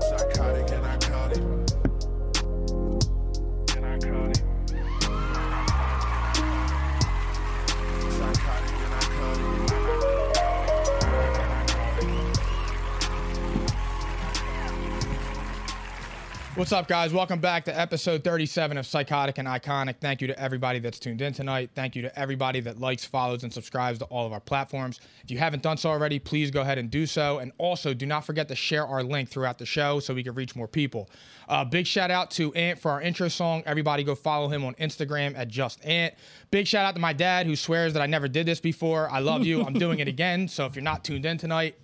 Psychotic and I caught it. And I caught it. Psychotic and I caught it. What's up, guys? Welcome back to episode 37 of Psychotic and Iconic. Thank you to everybody that's tuned in tonight. Thank you to everybody that likes, follows, and subscribes to all of our platforms. If you haven't done so already, please go ahead and do so. And also, do not forget to share our link throughout the show so we can reach more people. Uh, big shout out to Ant for our intro song. Everybody go follow him on Instagram at Just Ant. Big shout out to my dad who swears that I never did this before. I love you. I'm doing it again. So if you're not tuned in tonight,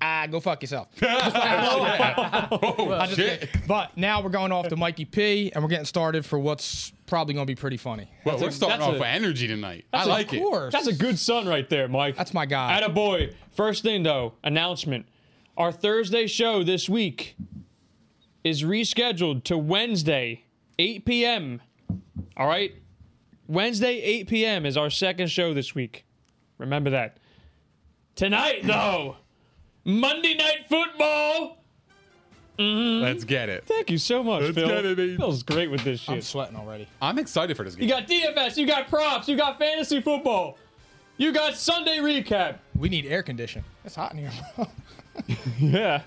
ah, go fuck yourself. I just kidding. But now we're going off to Mikey P, and we're getting started for what's probably going to be pretty funny. Well, we're starting that's off a- with energy tonight. I That's a- like it. course. That's a good son right there, Mike. That's my guy. Atta boy. First thing though, announcement. Our Thursday show this week is rescheduled to Wednesday, 8 p.m. All right? Wednesday, 8 p.m. is our second show this week. Remember that. Tonight though, Monday Night Football. Hmm? Let's get it. Thank you so much, It's Phil. gonna be- Phil's great with this I'm shit. sweating already. I'm excited for this game. You got DFS, you got props, you got fantasy football. You got Sunday recap. We need air conditioning. It's hot in here. Yeah.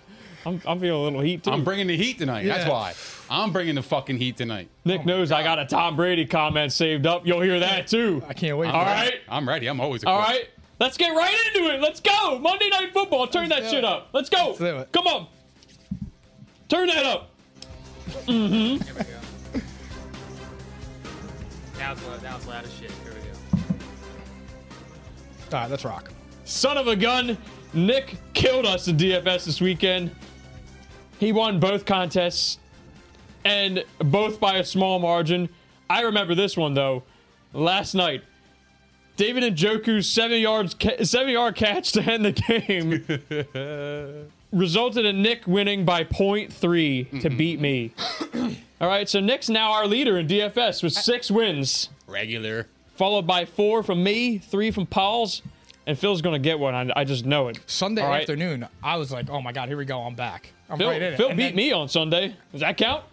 I'm, I'm feeling a little heat too. I'm bringing the heat tonight. That's Yeah. why. I'm bringing the fucking heat tonight. Nick knows I got a Tom Brady comment saved up. You'll hear that too. I can't wait. All right. I'm ready. I'm always. All right. Let's get right into it. Let's go. Monday Night Football. Turn Let's that do it. shit up. Let's go. Let's do it. Come on. Turn that up. That was, loud, that was loud as shit. Here we go. All right, let's rock. Son of a gun. Nick killed us in DFS this weekend. He won both contests and both by a small margin. I remember this one though. Last night, David and Joku's seven yards ca- seven yard catch to end the game resulted in Nick winning by 0.3 to beat me. All right, so Nick's now our leader in DFS with six wins Regular. followed by four from me, three from Paul's, and Phil's gonna get one. I, I just know it. Sunday All right. afternoon, I was like, oh my God, here we go. I'm back. I'm Phil, right in it. Phil And beat then- me on Sunday. Does that count?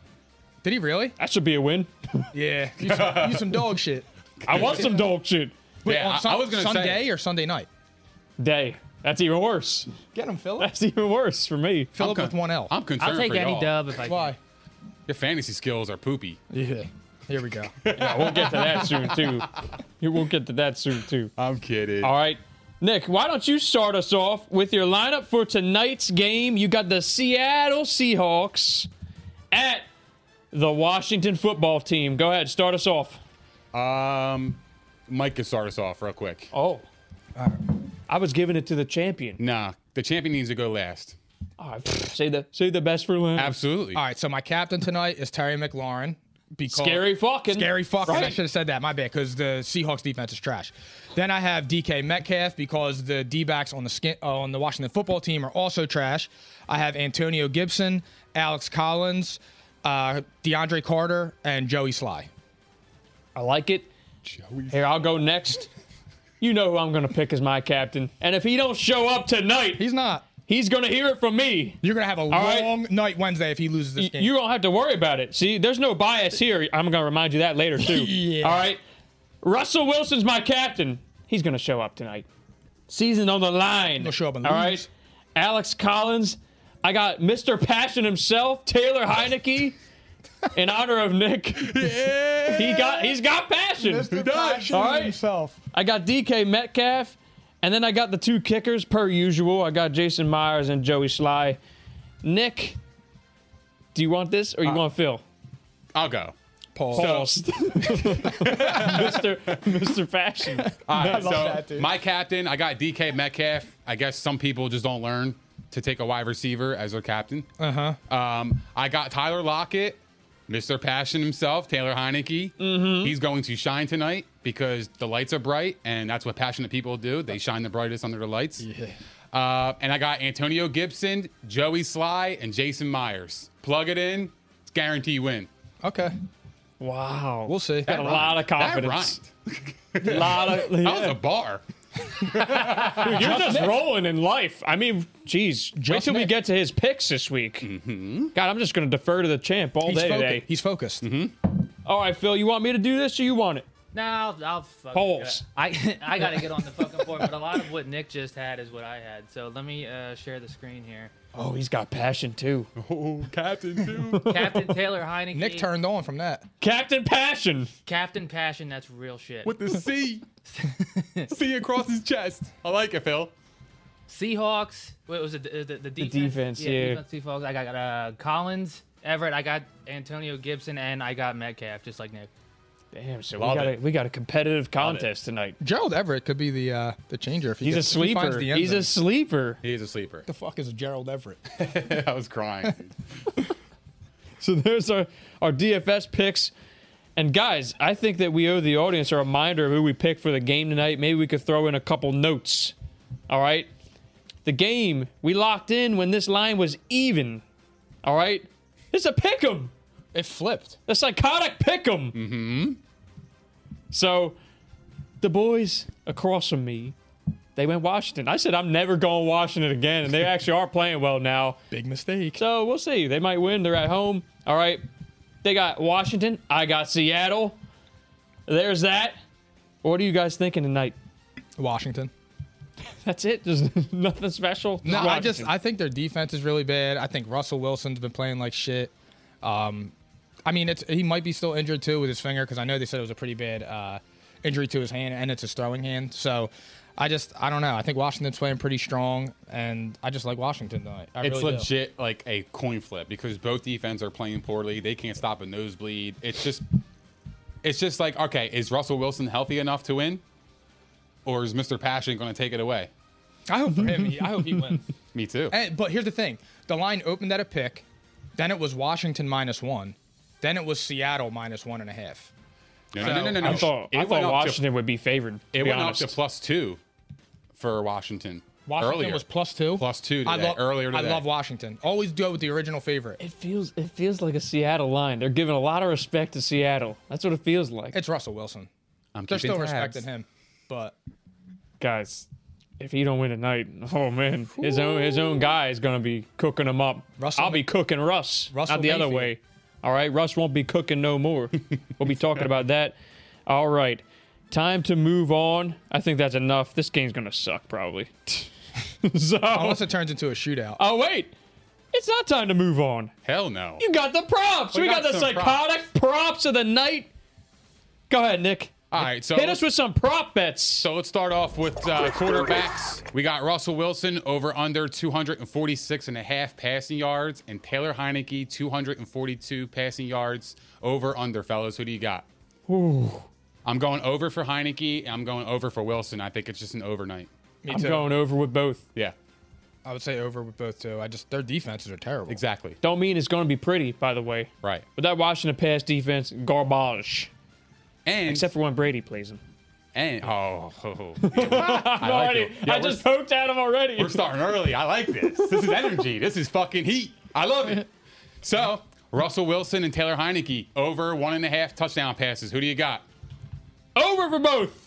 Did he really? That should be a win. Yeah. You some, you some dog shit. I want some dog shit. Yeah, I- Sun- I was gonna Sunday say. or Sunday night? Day. That's even worse. Get him, Philip. That's even worse for me. Philip with one L. I'm concerned I'll take for any y'all. dub if I can. Why? Your fantasy skills are poopy. Yeah. Here we go. Yeah, we'll get to that soon too. Yeah, We'll get to that soon too. I'm kidding. All right. Nick, why don't you start us off with your lineup for tonight's game? You got the Seattle Seahawks at the Washington football team. Go ahead, start us off. Um, Mike can start us off real quick. Oh. I was giving it to the champion. Nah, the champion needs to go last. All right, say the say the best for last. Absolutely. All right, so my captain tonight is Terry McLaurin. Because Scary fucking. Scary fucking. I Right. should have said that. My bad, because the Seahawks defense is trash. Then I have DK Metcalf because the D backs on the skin, uh, on the Washington football team are also trash. I have Antonio Gibson, Alex Collins, uh, DeAndre Carter, and Joey Sly. I like it. Here, I'll go next. You know who I'm gonna pick as my captain, and if he don't show up tonight, He's not. he's gonna hear it from me. You're gonna have a right. long night Wednesday if he loses this game. You don't have to worry about it. See, there's no bias here. I'm gonna remind you that later too. All right, Russell Wilson's my captain. He's gonna show up tonight. Season on the line. Gonna show up and All lose. right. Alex Collins. I got Mr. Passion himself, Taylor Heineke, in honor of Nick. He got he's got passion. All right. himself. I got DK Metcalf, and then I got the two kickers per usual. I got Jason Myers and Joey Sly. Nick, do you want this or you want Phil? Uh, I'll go. Paul. Paused. Mr. Mr. Fashion. All right, love so that, dude. my captain, I got DK Metcalf. I guess some people just don't learn to take a wide receiver as their captain. Uh Uh-huh. huh. Um, I got Tyler Lockett, Mr. Passion himself, Taylor Heineke. Mm-hmm. He's going to shine tonight because the lights are bright, and that's what passionate people do. They shine the brightest under the lights. Yeah. Uh, and I got Antonio Gibson, Joey Sly, and Jason Myers. Plug it in, it's guarantee win. Okay. Wow. We'll see. Got a lot of confidence. A lot That of. was yeah. a bar. Dude, you're just rolling in life. I mean, geez. Wait till we Nick. get to his picks this week. God, I'm just going to defer to the champ Mm-hmm. all He's day focused. today. He's focused. All right, Phil, you want me to do this or you want it? No, I'll, I'll fucking Polls. I I gotta get on the fucking board, but a lot of what Nick just had is what I had. So let me uh, share the screen here. Oh, he's got passion too. Captain, too. Captain Taylor Heineke. Nick turned on from that. Captain Passion. Captain Passion. That's real shit. with the C. C across his chest. I like it, Phil. Seahawks. What was it? The, the, the defense. defense, yeah. defense, Seahawks. I got uh, Collins, Everett. I got Antonio Gibson, and I got Metcalf, just like Nick. Damn, so Love we got it. a we got a competitive contest tonight. Gerald Everett could be the uh, the changer if he He's a gets, if he finds sleeper. the end He's zone. a sleeper. He's a sleeper. the fuck is Gerald Everett? I was crying. dude. So there's our, our DFS picks. And guys, I think that we owe the audience a reminder of who we picked for the game tonight. Maybe we could throw in a couple notes. All right. The game we locked in when this line was even. All right. It's a pick 'em. It flipped. A psychotic pick 'em. Mm-hmm. So the boys across from me, they went Washington. I said I'm never going Washington again, and they actually are playing well now. Big mistake. So we'll see. They might win. They're at home. All right. They got Washington. I got Seattle. There's that. What are you guys thinking tonight? Washington. That's it. There's nothing special. No, I just Washington. I think their defense is really bad. I think Russell Wilson's been playing like shit. Um, I mean, it's he might be still injured too with his finger because I know they said it was a pretty bad uh, injury to his hand and it's his throwing hand. So I just I don't know. I think Washington's playing pretty strong, and I just like Washington tonight. I It's really do. legit like a coin flip because both defense are playing poorly. They can't stop a nosebleed. It's just, it's just like okay, is Russell Wilson healthy enough to win, or is Mr. Passion going to take it away? I hope for him. he- I hope he wins. Me too. And, but here's the thing: the line opened at a pick, then it was Washington minus one, then it was Seattle minus one and a half. No, no, no, no, no. I thought, It I went up thought to- Washington would be favored. To It be went honest. up to plus two for Washington. Washington earlier. was plus two. Plus two I today, love earlier I today. love Washington. Always go with the original favorite. It feels it feels like a Seattle line. They're giving a lot of respect to Seattle. That's what it feels like. It's Russell Wilson. I'm They're keeping still tabs. respecting him, but guys, if he don't win tonight, oh man, his own his own guy is gonna be cooking him up. Russell I'll be cooking Russ, Russell not the other Mayfield. way. All right, Russ won't be cooking no more. we'll be talking about that. All right, time to move on. I think that's enough. This game's gonna suck probably. so, unless it turns into Oh, a shootout, oh wait, it's not time to move on. Hell no. You got the props. We, We got, got the some psychotic props. of the night. Go ahead, Nick. All right, so Hit us with some prop bets. So let's start off with uh, quarterbacks. We got Russell Wilson over under 246 and a half passing yards, and Taylor Heineke 242 passing yards over under. Fellas, who do you got? I'm going over for Heineke. and I'm going over for Wilson. I think it's just an overnight. me I'm too. going over with both. Yeah, I would say over with both too. I just their defenses are terrible. exactly. Don't mean it's going to be pretty, by the way. Right. But that Washington pass defense, garbage. And Except for when Brady plays him. and oh, oh, oh. I, like it. Yeah, I we're- just poked at him already. We're starting early. I like this. This is energy. This is fucking heat. I love it. So, Russell Wilson and Taylor Heineke over one and a half touchdown passes. Who do you got? over for both.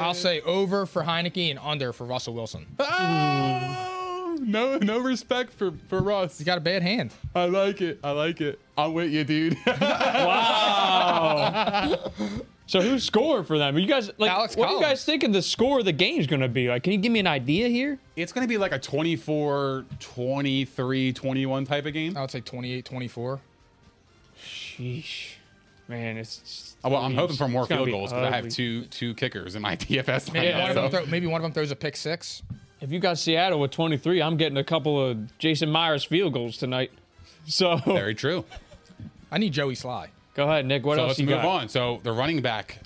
I'll say over for Heineke and under for Russell Wilson. He's Oh, no, no respect for for Russ. got a bad hand. I like it. I like it. I'm with you, dude. Wow. So who's scored for them? Are you guys like Alex what are you Collins. guys thinking the score of the game's gonna be? Like, can you give me an idea here? It's going to be like a 24, 23, 21 type of game. I would say 28, 24. Sheesh. Man, it's just- well, I'm hoping for more it's gonna field be goals because I have ugly. two two kickers in my DFS Maybe, one lineup. of so- them throw, maybe one of them throws a pick six. If you got Seattle with 23, I'm getting a couple of Jason Myers field goals tonight. So Very true. I need Joey Sly. go ahead, Nick. What So else let's you move got? on. So the running back,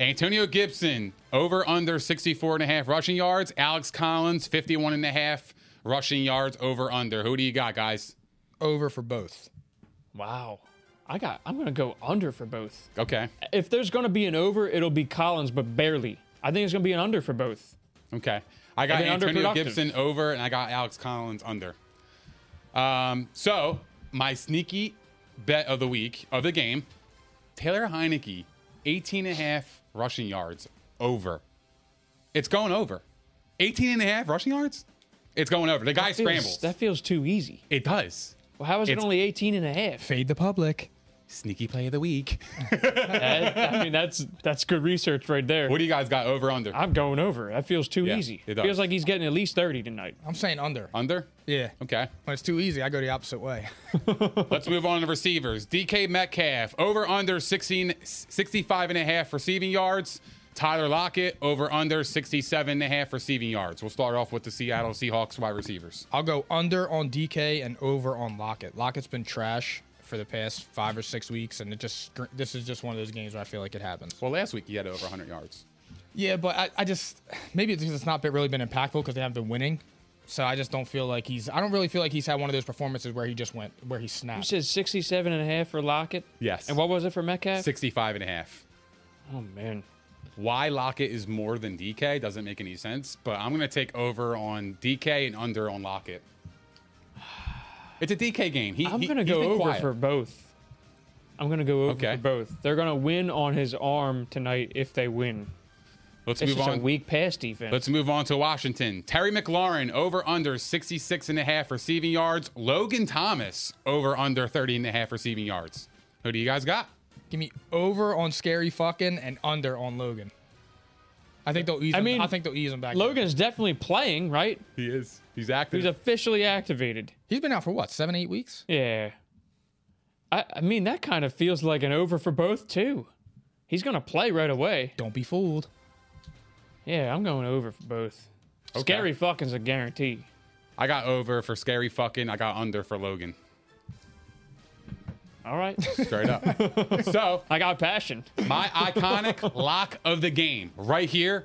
Antonio Gibson, over under 64 and a half rushing yards. Alex Collins, 51 and a half rushing yards, over under. Who do you got, guys? Over for both. Wow. I got I'm gonna go under for both. Okay. If there's gonna be an over, it'll be Collins, but barely. I think it's gonna be an under for both. Okay. I got I've been Antonio underproductive. Gibson over and I got Alex Collins under. Um, so my sneaky bet of the week of the game, Taylor Heineke, 18 and a half rushing yards over. It's going over. 18 and a half rushing yards? It's going over. The guy Feels- scrambles. That feels too easy. it does. Well, how is it It's- only 18 and a half? Fade the public. Sneaky play of the week. That- I mean, that's that's good research right there. What do you guys got over under? I'm going over. That feels too Yeah, easy. it It does. feels like he's getting at least 30 tonight. I'm saying under. under? Yeah. Okay. When it's too easy, I go the opposite way. Let's move on to receivers. DK Metcalf, over under 16, 65 and a half receiving yards. Tyler Lockett, over under 67 and a half receiving yards. We'll start off with the Seattle Seahawks wide receivers. I'll go under on DK and over on Lockett. Lockett's been trash for the past five or six weeks, and it just scr- this is just one of those games where I feel like it happens. Well, last week he had over 100 yards. Yeah, but I, I just maybe it's because it's not been, really been impactful because they haven't been winning. So I just don't feel like he's. I don't really feel like he's had one of those performances where he just went where he You snapped. said 67 and a half for Lockett? Yes. And what was it for Metcalf? 65 and a half. Oh, man. Why Lockett is more than DK doesn't make any sense, but I'm going to take over on DK and under on Lockett. It's a DK game. He, I'm he- going to he's go been over quiet. for both. I'm going to go over Okay. for both. They're going to win on his arm tonight if they win. Let's It's move just on. a weak pass defense. Let's move on to Washington. Terry McLaurin over under 66 and a half receiving yards. Logan Thomas over under 30 and a half receiving yards. Who do you guys got? Give me over on scary fucking and under on Logan. I think they'll ease. I him- mean, I think they'll ease him back. Logan's definitely playing, right? He is. He's He's active. officially activated. he's been out for what seven, eight weeks. Yeah. I, I mean, that kind of feels like an over for both, too. He's going to play right away. Don't be fooled. Yeah, I'm going over for both. Scary fucking's a guarantee. I got over for scary fucking. I got under for Logan. All right. Straight up. so I got passion. my iconic lock of the game right here.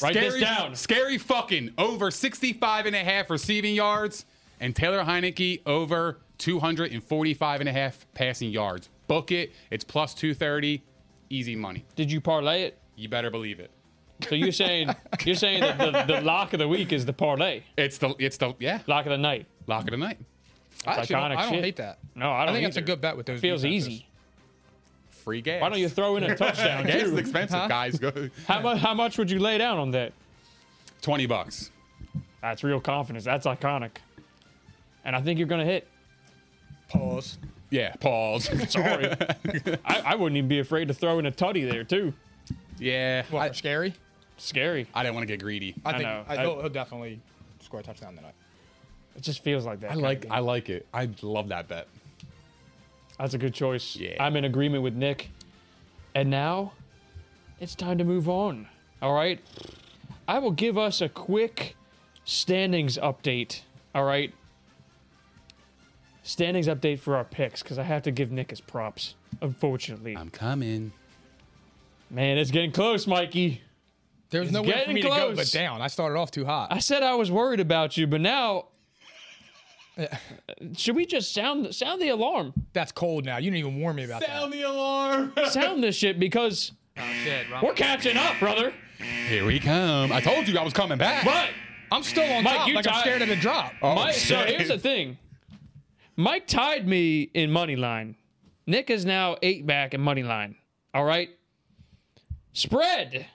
Write scary, this down. Scary fucking over 65 and a half receiving yards and Taylor Heineke over 245 and a half passing yards. Book it. It's plus 230. Easy money. Did you parlay it? You better believe it. So you're saying you're saying that the, the lock of the week is the parlay, It's the it's the yeah lock of the night. lock of the night. I, actually don't, iconic I don't shit. hate that. No, I I don't. think that's a either. good bet with those. Feels defenses. easy. Free gas. Why don't you throw in a touchdown Gas is too? expensive, guys. Go How much? How much would you lay down on that? twenty bucks. That's real confidence. That's iconic. And I think you're gonna hit. Pause. Yeah, pause. Sorry, I, I wouldn't even be afraid to throw in a tutty there too. yeah, What I, for scary? Scary. I didn't want to get greedy. I, I think know. I, I- he'll, he'll definitely score a touchdown tonight. It just feels like that. I like I like it. I love that bet. That's a good choice. Yeah. I'm in agreement with Nick. And now it's time to move on. All right. I will give us a quick standings update. All right. Standings update for our picks because I have to give Nick his props, unfortunately. I'm coming. Man, it's getting close, Mikey. There was no way for getting me to go but close. down. I started off too hot. I said I was worried about you, but now. Should we just sound sound the alarm? That's cold now. You didn't even warn me about Sound the alarm. Sound this shit because Shit, wrong. we're catching up, brother. Here we come. I told you I was coming back. But that. I'm still on Mike, top. you Like I'm tied- scared of the drop. Mike, so here's the thing. Mike tied me in money line. Nick is now eight back in money line. All right. Spread.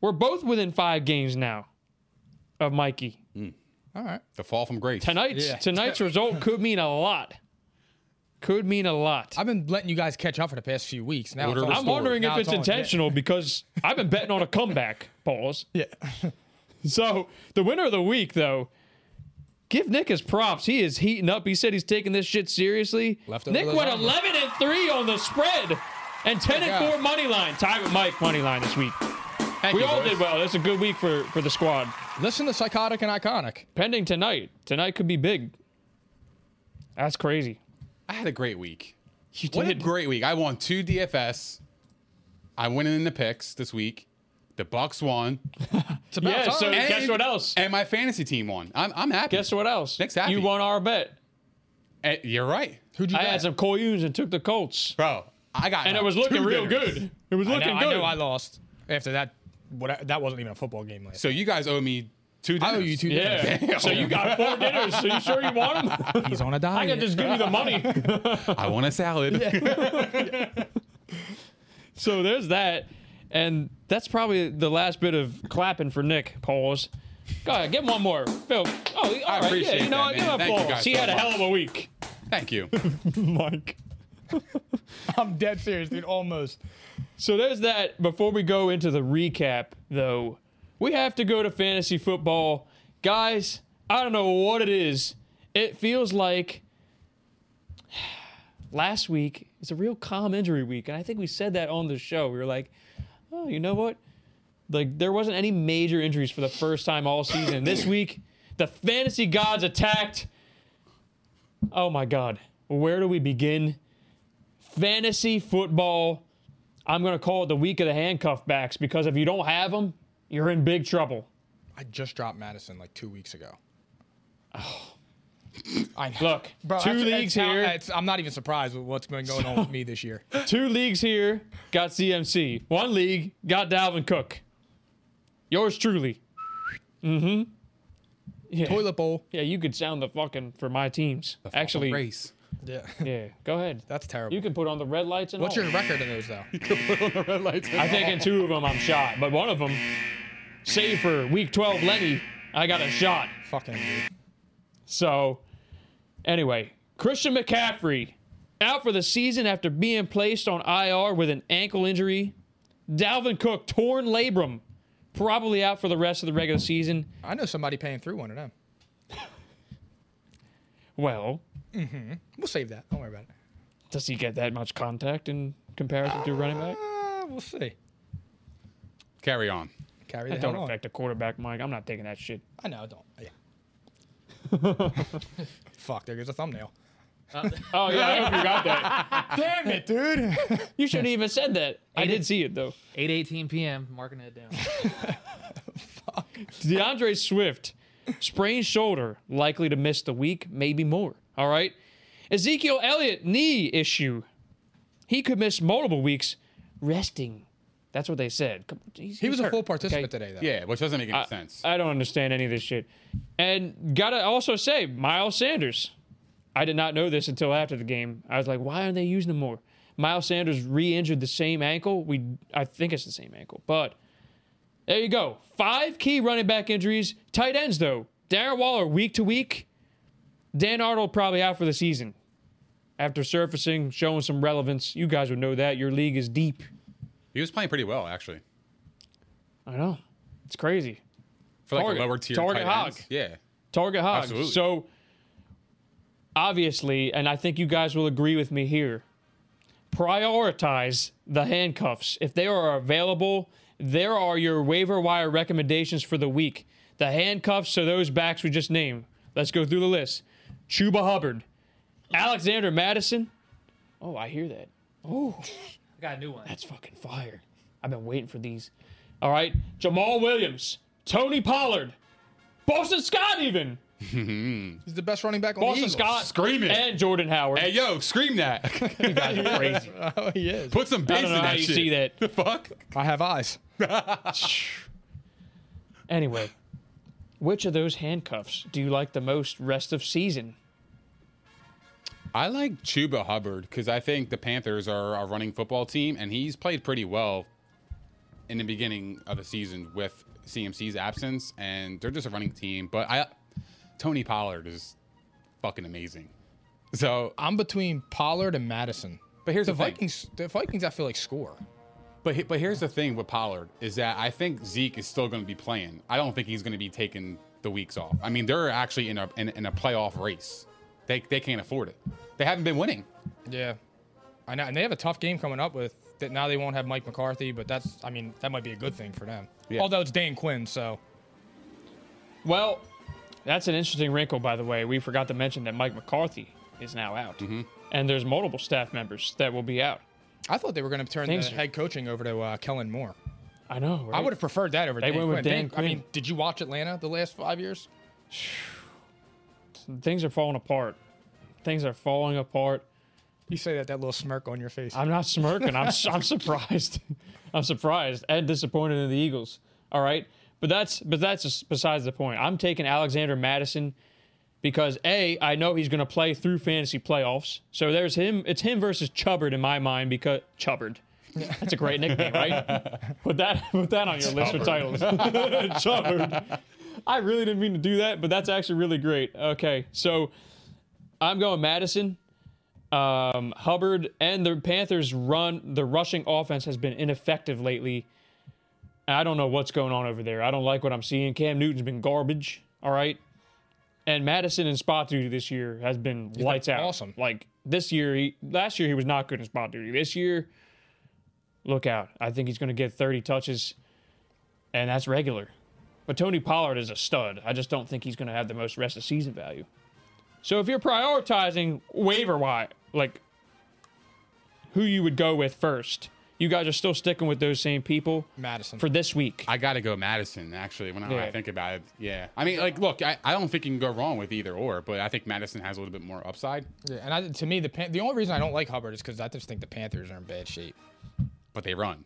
We're both within five games now of Mikey. All right. The fall from grace. Tonight's Yeah. tonight's result could mean a lot. could mean a lot. I've been letting you guys catch up for the past few weeks. Now Order it's the all- I'm wondering now if it's all- intentional because I've been betting on a comeback. Pause. Yeah. So the winner of the week, though, give Nick his props. He is heating up. He said he's taking this shit seriously. Leftover Nick went lasagna. 11 and three on the spread, and 10 God. and four money line. Tie with Mike money line this week. Thank We you, all boys. did well. That's a good week for for the squad. Listen to psychotic and iconic. Pending tonight. Tonight could be big. That's crazy. I had a great week. You What a did. great week. I won two DFS. I went in the picks this week. The Bucks won, It's about Yeah, time. so- Guess what else? and my fantasy team won. I'm, I'm happy. Guess what else? Nick's happy. You won our bet. Eh, you're right, Who'd you I bet? had some Coyunes and took the Colts. bro. I got And like it was looking two real dinners. good. It was I know- looking I Oh, good. know I lost after that. What that wasn't even a football game last. So you guys owe me two. Dinners. I owe you two. yeah. Damn. So you got four dinners. So you sure you want them? He's on a diet. I can just give you the money. I want a salad. So there's that. And that's probably the last bit of clapping for Nick. Pause. Go ahead, give him one more. Phil. Oh, all right. appreciate yeah, you know that, what? Give man. him Thank you applause. guys He so had a much. hell of a week. Thank you. Mike. I'm dead serious, dude. Almost. So there's that. Before we go into the recap, though, we have to go to fantasy football. Guys, I don't know what it is. It feels like last week is a real calm injury week. And I think we said that on the show. We were like, oh, you know what? Like, there wasn't any major injuries for the first time all season. this week, the fantasy gods attacked. Oh my God. Where do we begin? Fantasy football. I'm going to call it the week of the handcuff backs because if you don't have them, you're in big trouble. I just dropped Madison like two weeks ago. I know. Oh. Look, Bro, two that's- it's leagues not- here, it's- I'm not even surprised with what's been going on with me this year. two leagues here, got CMC. One league got Dalvin Cook. Yours truly. Mm-hmm. Yeah. Toilet bowl. yeah, you could sound the fucking for my teams. Actually, race. Yeah, yeah, go ahead. that's terrible. You can put on the red lights and What's all. your record in those though? I think in two of them I'm shot, but one of them, save for week 12 Lenny, I got a shot. Fucking dude. So, anyway, Christian McCaffrey out for the season after being placed on IR with an ankle injury. Dalvin Cook torn labrum, probably out for the rest of the regular season. I know somebody paying through one of them. Well, We'll save that. Don't worry about it. does he get that much contact in comparison to a running back? Uh, we'll see. Carry on. Carry the That hell don't on. affect a quarterback, Mike. I'm not taking that shit. I know. I Don't. Yeah. Fuck. There goes a thumbnail. Oh yeah, I hope you got that. Damn it, dude. You shouldn't even said that. I did see it though. 8:18 p.m. Marking it down. DeAndre Swift, sprained shoulder, likely to miss the week, maybe more. All right. Ezekiel Elliott, knee issue. He could miss multiple weeks resting. That's what they said. Come- he's- he he's was a hurt, full participant okay? today though. Yeah, which doesn't make any sense. I don't understand any of this shit. And gotta also say, Miles Sanders. I did not know this until after the game. I was like, why aren't they using him more? Miles Sanders re-injured the same ankle. We, I think it's the same ankle, but there you go. Five key running back injuries. Tight ends though. Darren Waller week to week. Dan Arnold probably out for the season. After surfacing, showing some relevance, you guys would know that your league is deep. He was playing pretty well actually I know, it's crazy. for like Target- a lower tier. target tight ends. hog. Yeah. Target Hog. Absolutely. So obviously, and I think you guys will agree with me here, prioritize the handcuffs. If they are available, there are your waiver wire recommendations for the week. The handcuffs are those backs we just named. Let's go through the list. Chuba Hubbard, Alexander Madison. Oh, I hear that. I got a new one. That's fucking fire. I've been waiting for these. All right. Jamal Williams, Tony Pollard, Boston Scott, even. He's the best running back on the Boston Eagles. Scott Scream it. and Jordan Howard. Hey yo, scream that. crazy. Oh, he is. Put some bass I don't know in how that you shit. see that. The fuck? I have eyes. Anyway, which of those handcuffs do you like the most rest of season? I like Chuba Hubbard because I think the Panthers are a running football team, and he's played pretty well in the beginning of the season with CMC's absence, and they're just a running team. But I, Tony Pollard is fucking amazing. So, I'm between Pollard and Madison. but here's The the, thing. Vikings, the Vikings, I feel like score. But he- but here's the thing with Pollard is that I think Zeke is still going to be playing. I don't think he's going to be taking the weeks off. I mean, they're actually in a in, in a playoff race. They they can't afford it. They haven't been winning. Yeah, I know, and they have a tough game coming up with that. Now they won't have Mike McCarthy, but that's, I mean, that might be a good thing for them. Yeah. Although it's Dan Quinn, so Well, that's an interesting wrinkle, by the way. We forgot to mention that Mike McCarthy is now out, Mm-hmm. and there's multiple staff members that will be out. I thought they were going to turn Things the are- head coaching over to uh, Kellen Moore. I know. I would have preferred that over. They Dan went Quinn. with Dan I Quinn. mean, did you watch Atlanta the last five years? have. Things are falling apart. Things are falling apart. You say that that little smirk on your face. I'm not smirking. I'm I'm surprised. I'm surprised and disappointed in the Eagles. All right, but that's but that's just besides the point. I'm taking Alexander Madison because a I know he's going to play through fantasy playoffs. So there's him. It's him versus Chubbard in my mind because Chubbard. That's a great nickname, right? Put that put that on your list for titles. Chubbard. I really didn't mean to do that, but that's actually really great. Okay, so I'm going Madison um, Hubbard and the Panthers run the rushing offense has been ineffective lately. And I don't know what's going on over there. I don't like what I'm seeing. Cam Newton's been garbage. All right. And Madison in spot duty this year has been lights out. awesome. Like this year, he, last year he was not good in spot duty. This year, look out. I think he's going to get 30 touches, and that's regular. But Tony Pollard is a stud. I just don't think he's going to have the most rest of season value. So if you're prioritizing waiver wire, like who you would go with first, you guys are still sticking with those same people Madison. for this week. I got to go Madison actually. When I, when I Yeah. think about it, yeah. I mean, like, look, I, I don't think you can go wrong with either or, but I think Madison has a little bit more upside. Yeah, and I, to me, the Pan- the only reason I don't like Hubbard is because I just think the Panthers are in bad shape. But they run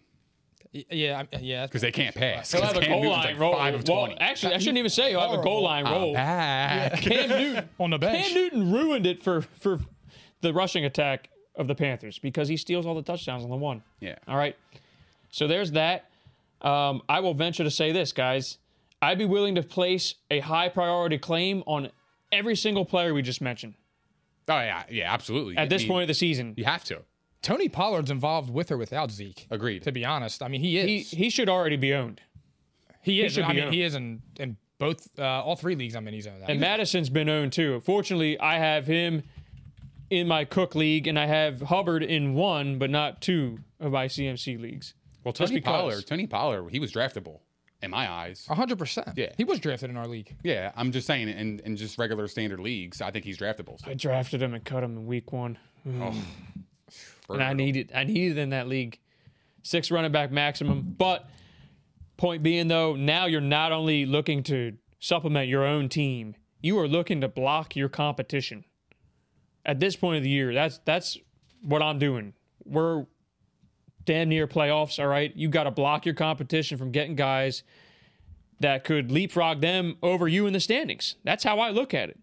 Y- Yeah, I, yeah. that's- because they can't pass. He'll 'cause have a Cam goal Newton's line like roll. Five of Well, twenty. actually, I shouldn't even say he'll have a goal line roll. Ah, back. Cam Newton On the bench. Cam Newton ruined it for for the rushing attack of the Panthers because he steals all the touchdowns on the one. Yeah. All right. So there's that. Um, I will venture to say this, guys. I'd be willing to place a high priority claim on every single player we just mentioned Oh yeah, yeah, absolutely. at this You- point of the season. you have to. Tony Pollard's involved with or without Zeke. Agreed. To be honest, I mean he is. He, he should already be owned. He is. should I be mean, owned. he is in, in both uh, all three leagues. I'm in. He's owned. And Madison's been owned too. Fortunately, I have him in my Cook league, and I have Hubbard in one, but not two of my CMC leagues. Well, Just Tony because. Oh. Pollard, Tony Pollard, he was draftable in my eyes. 100. percent Yeah. He was drafted in our league. Yeah, I'm just saying, in, in just regular standard leagues, I think he's draftable. So I drafted him and cut him in week one, and I brutal. needed I needed in that league six running back maximum. But point being though, now you're not only looking to supplement your own team, you are looking to block your competition. At this point of the year, that's that's what I'm doing. We're damn near playoffs. All right, you got to block your competition from getting guys that could leapfrog them over you in the standings. That's how I look at it.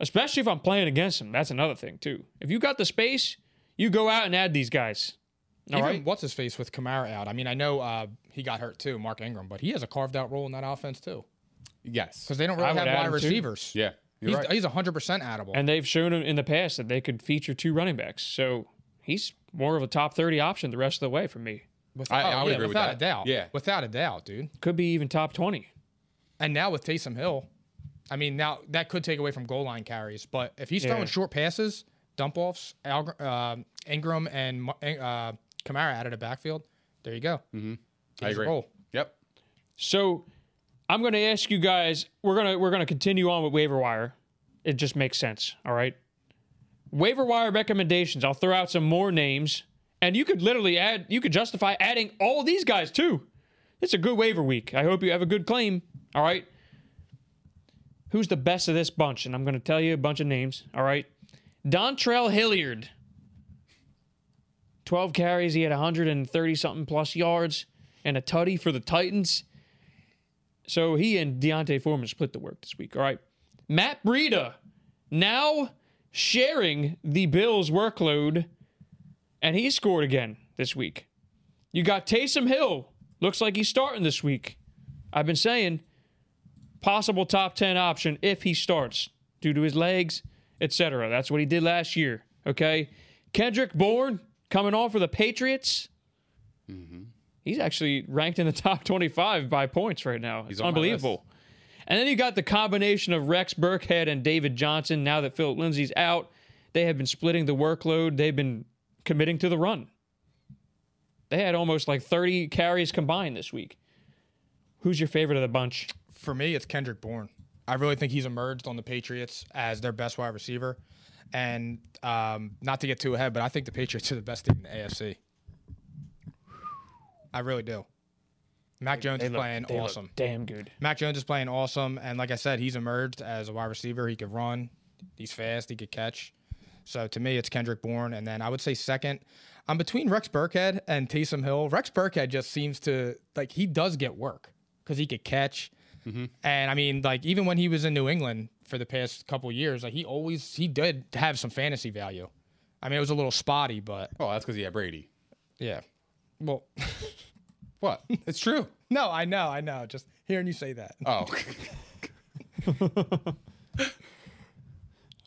Especially if I'm playing against them. That's another thing too. If you got the space, you go out and add these guys. All Even right. what's his face with Kamara out? I mean, I know uh, he got hurt too, Mark Ingram, but he has a carved out role in that offense too yes, because they don't I really have would add wide him, too. receivers. yeah, you're He's, right. he's 100% addable. And they've shown him in the past that they could feature two running backs. So he's more of a top 30 option the rest of the way for me. I, I Oh, would yeah, agree with without that. a doubt. Yeah, Without a doubt, dude. Could be even top 20. And now with Taysom Hill, I mean, now that could take away from goal line carries, but if he's Yeah. throwing short passes, dump offs, Al, uh, Ingram and Mar- uh, Kamara out of the backfield, there you go. Mm-hmm. I agree. Role. Yep. So I'm going to ask you guys. We're gonna we're gonna continue on with waiver wire. It just makes sense. All right. Waiver wire recommendations. I'll throw out some more names, and you could literally add. You could justify adding all these guys too. It's a good waiver week. I hope you have a good claim. All right. Who's the best of this bunch? And I'm going to tell you a bunch of names. All right. Dontrell Hilliard. 12 carries. He had 130 something plus yards and a tutty for the Titans. So he and Deontay Foreman split the work this week. All right. Matt Breida now sharing the Bills' workload, and he scored again this week. You got Taysom Hill. Looks like he's starting this week. I've been saying possible top 10 option if he starts due to his legs etc. That's what he did last year. Okay, Kendrick Bourne coming on for the Patriots. He's actually ranked in the top 25 by points right now. It's on my unbelievable. And then you got the combination of Rex Burkhead and David Johnson. Now that Philip Lindsay's out, they have been splitting the workload. They've been committing to the run. They had almost like 30 carries combined this week. Who's your favorite of the bunch? for me, it's Kendrick Bourne. I really think he's emerged on the Patriots as their best wide receiver. And um, not to get too ahead, but I think the Patriots are the best team in the AFC. I really do. Mac Jones is playing They look awesome. damn good. Mac Jones is playing awesome, and like I said, he's emerged as a wide receiver. He could run, he's fast, he could catch. So to me, it's Kendrick Bourne, and then I would say second, I'm between Rex Burkhead and Taysom Hill. Rex Burkhead just seems to like he does get work because he could catch, and I mean like even when he was in New England for the past couple years, like he always he did have some fantasy value. I mean it was a little spotty, but Oh, that's because he had Brady. yeah. Well, What? It's true. no, I know, I know. Just hearing you say that. Oh,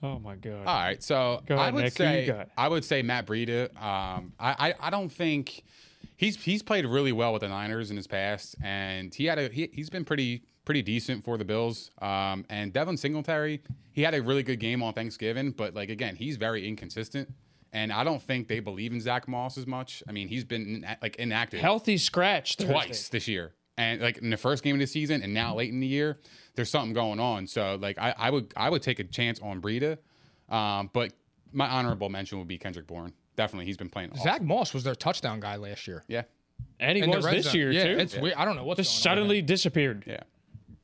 Oh my god. all right. So Go ahead, I would Nick. Who you say got? I would say Matt Breida. Um, I, I I don't think he's he's played really well with the Niners in his past, and he had a he, he's been pretty pretty decent for the Bills. Um, and Devin Singletary, he had a really good game on Thanksgiving, but like again, he's very inconsistent. And I don't think they believe in Zach Moss as much. I mean, he's been in, like inactive. Healthy scratch Thursday. twice this year. And like in the first game of the season and now late in the year, there's something going on. So like I, I would I would take a chance on Breida. Um, but my honorable mention would be Kendrick Bourne. Definitely he's been playing awesome. Zach Moss was their touchdown guy last year. Yeah. And he in the was red this zone. year yeah, too. It's weird. I don't know what just suddenly disappeared. Yeah.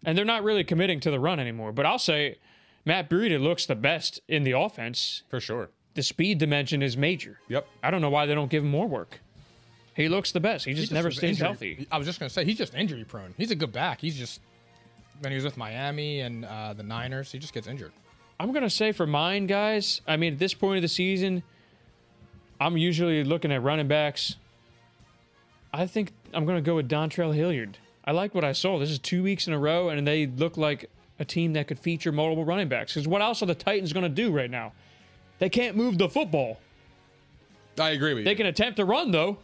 And they're not really committing to the run anymore. But I'll say Matt Breida looks the best in the offense. For sure. The speed dimension is major. Yep. I don't know why they don't give him more work. He looks the best. He just, never stays healthy. I was just gonna say he's just injury prone. He's a good back. He's just when he was with Miami and uh, the Niners, he just gets injured. I'm gonna say for mine, guys. I mean, at this point of the season, I'm usually looking at running backs. I think I'm gonna go with Dontrell Hilliard. I like what I saw. This is two weeks in a row, and they look like a team that could feature multiple running backs. Because what else are the Titans gonna do right now? They can't move the football. I agree with you. They can attempt to run though.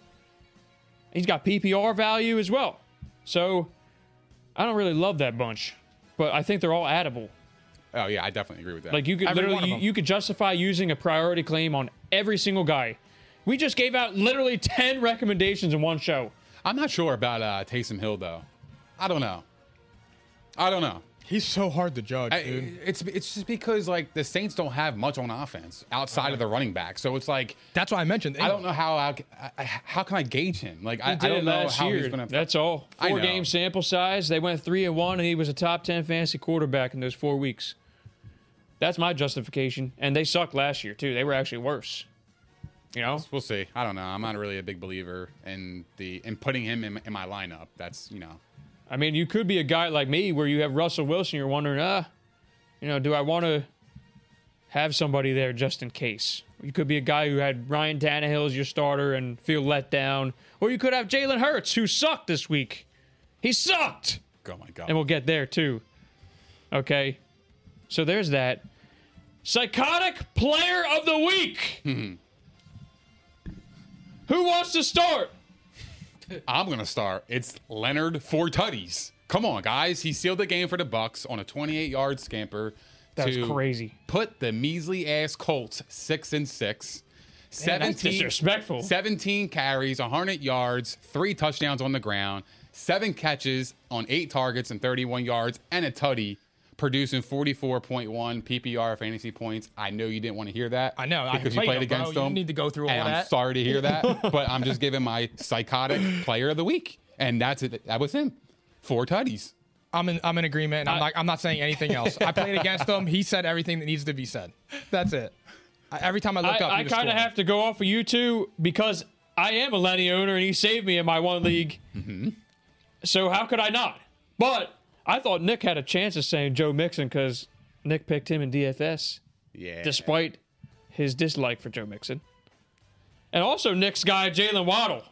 He's got PPR value as well. So I don't really love that bunch, but I think they're all addable. oh yeah, I definitely agree with that. Like you could Every one literally of you, them. you could justify using a priority claim on every single guy. We just gave out literally 10 recommendations in one show. I'm not sure about uh Taysom Hill though. I don't know. I don't know. He's so hard to judge, I- dude. it's it's just because like the Saints don't have much on offense outside of the running back. So it's like That's why I mentioned. I don't know how I, I how can I gauge him? Like I, I He did don't it know last how he's year. gonna That's all. I Four know. game sample size. They went three and one, and he was a top 10 fantasy quarterback in those four weeks. That's my justification. And they sucked last year too. They were actually worse. You know, We'll see. I don't know. I'm not really a big believer in the in putting him in, in my lineup. That's you know. I mean, you could be a guy like me where you have Russell Wilson. You're wondering, ah, you know, do I want to have somebody there just in case? You could be a guy who had Ryan Tannehill as your starter and feel let down, or you could have Jalen Hurts who sucked this week. He sucked, Oh my god. and we'll get there too. Okay, so there's that. Psychotic player of the week. who wants to start? I'm gonna start. It's Leonard Four Tutties. Come on, guys. He sealed the game for the Bucks on a 28 yard scamper. That was to crazy. Put the measly ass Colts six and six. that's disrespectful. 17 carries, 100 yards, three touchdowns on the ground, seven catches on eight targets and 31 yards, and a tutty, producing 44.1 PPR fantasy points. I know you didn't want to hear that. I know. I because you played played him, bro. against You them. need to go through all and I'm that. sorry to hear that, but I'm just giving my psychotic player of the week, and that's it. That was him. Four tutties. I'm in. I'm in agreement. And I'm not. I'm not saying anything else. I played against him. He said everything that needs to be said. That's it. I, every time I look up, I, he I was kind of scoring. have to go off of you two because I am a Lenny owner and he saved me in my one league. So how could I not? But I thought Nick had a chance of saying Joe Mixon because Nick picked him in DFS Yeah. despite his dislike for Joe Mixon. And also Nick's guy, Jalen Waddle,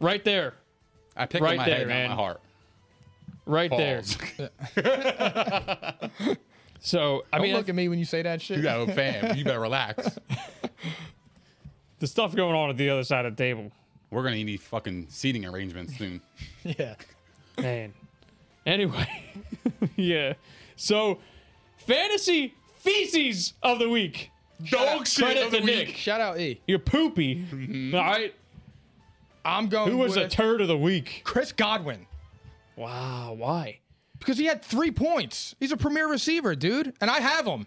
right there. I picked right my there, head, not man. my heart. Right Balls. there. So I Don't mean, look at me when you say that shit. You got a fam. You better relax. the stuff going on at the other side of the table, We're gonna need fucking seating arrangements soon. yeah. man. Anyway, yeah. So, fantasy feces of the week. Dog shit Credit of the to week. Nick. Shout out E. You're poopy. All right. I'm going. Who was with a turd of the week? Chris Godwin Wow. Why? because he had three points. He's a premier receiver, dude, and I have him.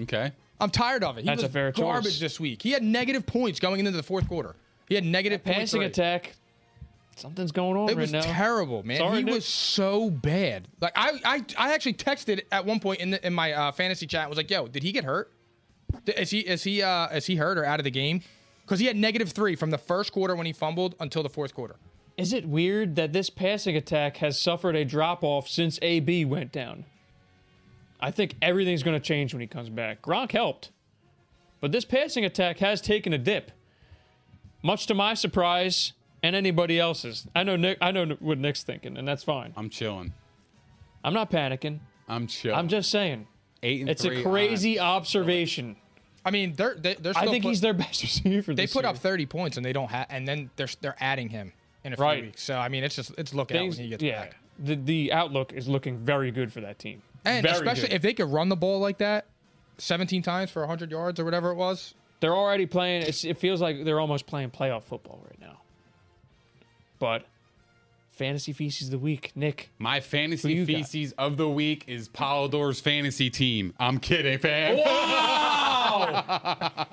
Okay. I'm tired of it. He That's was a fair garbage choice. this week. He had negative points going into the fourth quarter. He had negative points. Passing attack. Something's going on It right was now. terrible, man. Sorry, he Nick. was so bad. Like I, I, I actually texted at one point in the, in my uh, fantasy chat. I was like, "Yo, did he get hurt? D- Is he is he uh, is he hurt or out of the game?" Because he had negative three from the first quarter when he fumbled until the fourth quarter. Is it weird that this passing attack has suffered a drop off since AB went down? I think everything's going to change when he comes back. Gronk helped, but this passing attack has taken a dip, much to my surprise and anybody else's. I know Nick. I know what Nick's thinking, and that's fine. I'm chilling. I'm not panicking. I'm chilling. I'm just saying eight and it's three uh, a crazy on. observation. I mean, they're they, they're. Still I think put- he's their best receiver. They this put year. up thirty points and they don't have, and then they're they're adding him in a few Right. weeks. So I mean, it's just it's looking out when things. he gets Yeah, back. the the outlook is looking very good for that team. And Very especially good. if they could run the ball like that, seventeen times for hundred yards or whatever it was. they're already playing. It's, it feels like they're almost playing playoff football right now. But fantasy feces of the week, Nick. My Who fantasy you got? feces of the week is Polidor's fantasy team. I'm kidding, fam.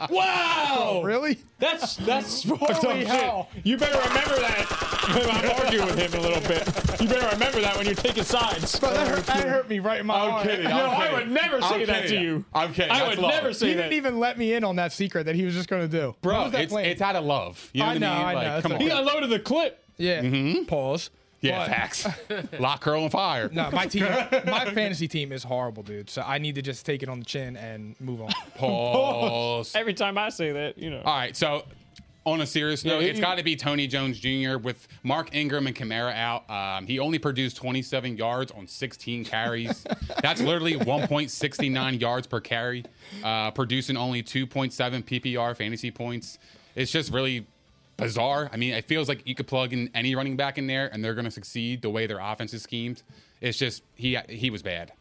Wow, Really? that's that's fucked up Holy hell. shit. You better remember that. I'm arguing with him a little bit. You better remember that when you're taking sides. But that hurt, that hurt me right in my I'm heart. kidding. No, I'm I kidding. would never I'm say that to kidding. you. I'm kidding. I That's would love. never say He that. didn't even let me in on that secret that he was just going to do. What Bro, was that it's, plan? it's out of love. You know I what know, I mean? I Like, know. come It's on. he unloaded the clip. yeah. Mm-hmm. Pause. yeah, But- facts. Lock her on fire. No, my team, my fantasy team is horrible, dude. So I need to just take it on the chin and move on. Pause. Every time I say that, you know. All right, so on a serious note, you- it's got to be Tony Jones Jr. with Mark Ingram and Kamara out. Um, he only produced 27 yards on 16 carries. That's literally 1.69 yards per carry, uh, producing only 2.7 PPR fantasy points. It's just really bizarre. I mean, it feels like you could plug in any running back in there, and they're going to succeed the way their offense is schemed. It's just he he was bad.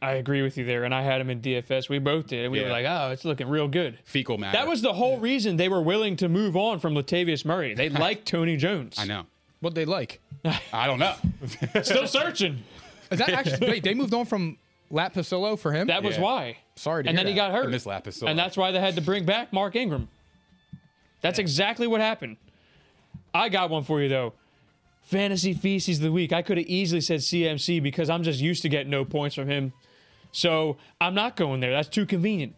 I agree with you there, and I had him in DFS. We both did. We were Yeah. like, oh, it's looking real good. Fecal matter. That was the whole reason they were willing to move on from Latavius Murray. They liked Tony Jones. I know. What'd they like? I don't know. Still searching. Is that actually wait, they moved on from Lat Pasillo for him? That was Yeah. why. Sorry to And hear then he that. got hurt. Miss Lapis. And that's why they had to bring back Mark Ingram. That's exactly what happened. I got one for you though. Fantasy feces of the week. I could have easily said CMC because I'm just used to getting no points from him. So I'm not going there. That's too convenient.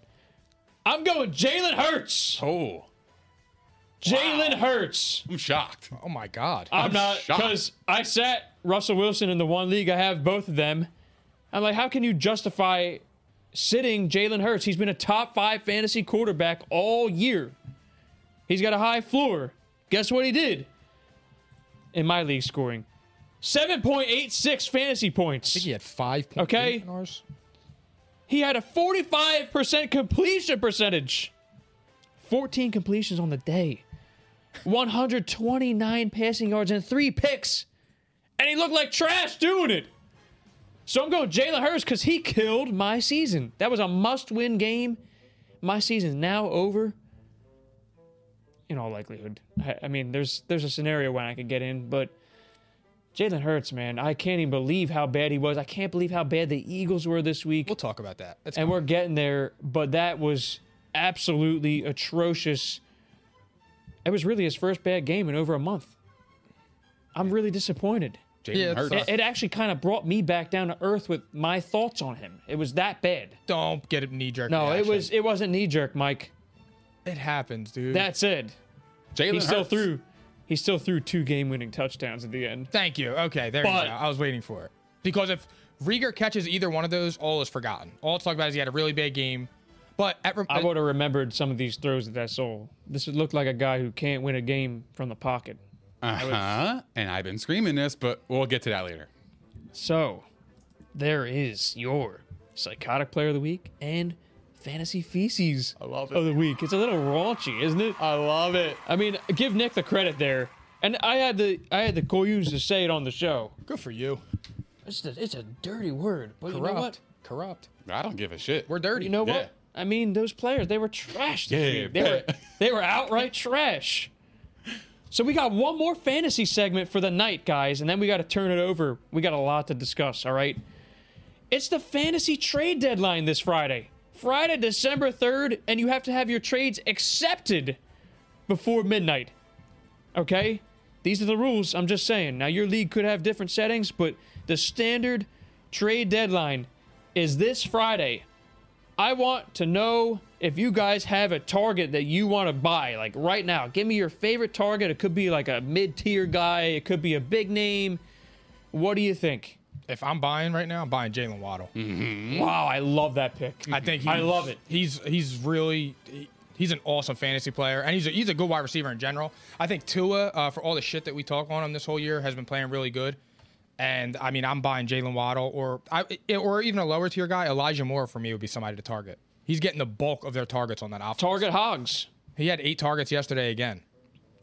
I'm going Jalen Hurts. oh, Jalen Hurts. I'm shocked. Oh my god. I'm not shocked. because I sat Russell Wilson in the one league. I have both of them. I'm like, how can you justify sitting Jalen Hurts? He's been a top five fantasy quarterback all year. He's got a high floor. Guess what he did in my league scoring? 7.86 fantasy points. he had five points. Okay. in ours. He had a 45% completion percentage. 14 completions on the day. 129 passing yards and three picks. And he looked like trash doing it. So I'm going Jalen Hurts because he killed my season. That was a must win game. My season's now over. In all likelihood. I, I mean, there's there's a scenario when I could get in, but Jalen Hurts, man, I can't even believe how bad he was. I can't believe how bad the Eagles were this week We'll talk about that. That's and we're getting there, but that was absolutely atrocious. It was really his first bad game in over a month. I'm really disappointed. Jalen Yeah, it's- Hurts. It, it actually kind of brought me back down to earth with my thoughts on him. It was that bad. don't get a knee jerk. No, it was it wasn't knee jerk, Mike. it happens, dude. That's it. Jalen He still Hurts. threw he still threw two game winning touchdowns at the end. Thank you. Okay, there But- you go. I was waiting for it. Because if Rieger catches either one of those, all is forgotten. All it's talked about is he had a really bad game. But at, I would have remembered some of these throws that I saw. This would look like a guy who can't win a game from the pocket. Uh-huh. And I've been screaming this, but we'll get to that later. So, there is your Psychotic Player of the Week, and Fantasy Feces I love it. of the Week. It's a little raunchy, isn't it? I love it. I mean, give Nick the credit there. And I had the I had the coyuse to say it on the show. Good for you. It's a, it's a dirty word, but Corrupt. you know what? Corrupt. I don't give a shit. We're dirty. You know Yeah. what? I mean, those players, they were trash. this Yeah, week. they were bet. they were outright trash. So we got one more fantasy segment for the night, guys, and then we got to turn it over. We got a lot to discuss, all right? It's the fantasy trade deadline this Friday. Friday, December 3rd, and you have to have your trades accepted before midnight. Okay? These are the rules, I'm just saying. Now your league could have different settings, but the standard trade deadline is this Friday. I want to know if you guys have a target that you want to buy, like right now. Give me your favorite target. It could be like a mid tier guy, it could be a big name. What do you think? If I'm buying right now, I'm buying Jalen Waddle. Mm. Wow, I love that pick. I think I he's- love it. He's he's really he- he's an awesome fantasy player, and he's a, he's a good wide receiver in general. I think Tua, uh, for all the shit that we talk on him this whole year, has been playing really good. And I mean, I'm buying Jalen Waddle or I, or even a lower tier guy, Elijah Moore for me would be somebody to target. He's getting the bulk of their targets on that offense. Target Hogs. he had eight targets yesterday again.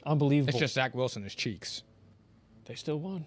Unbelievable. It's just Zach Wilson his cheeks. they still won.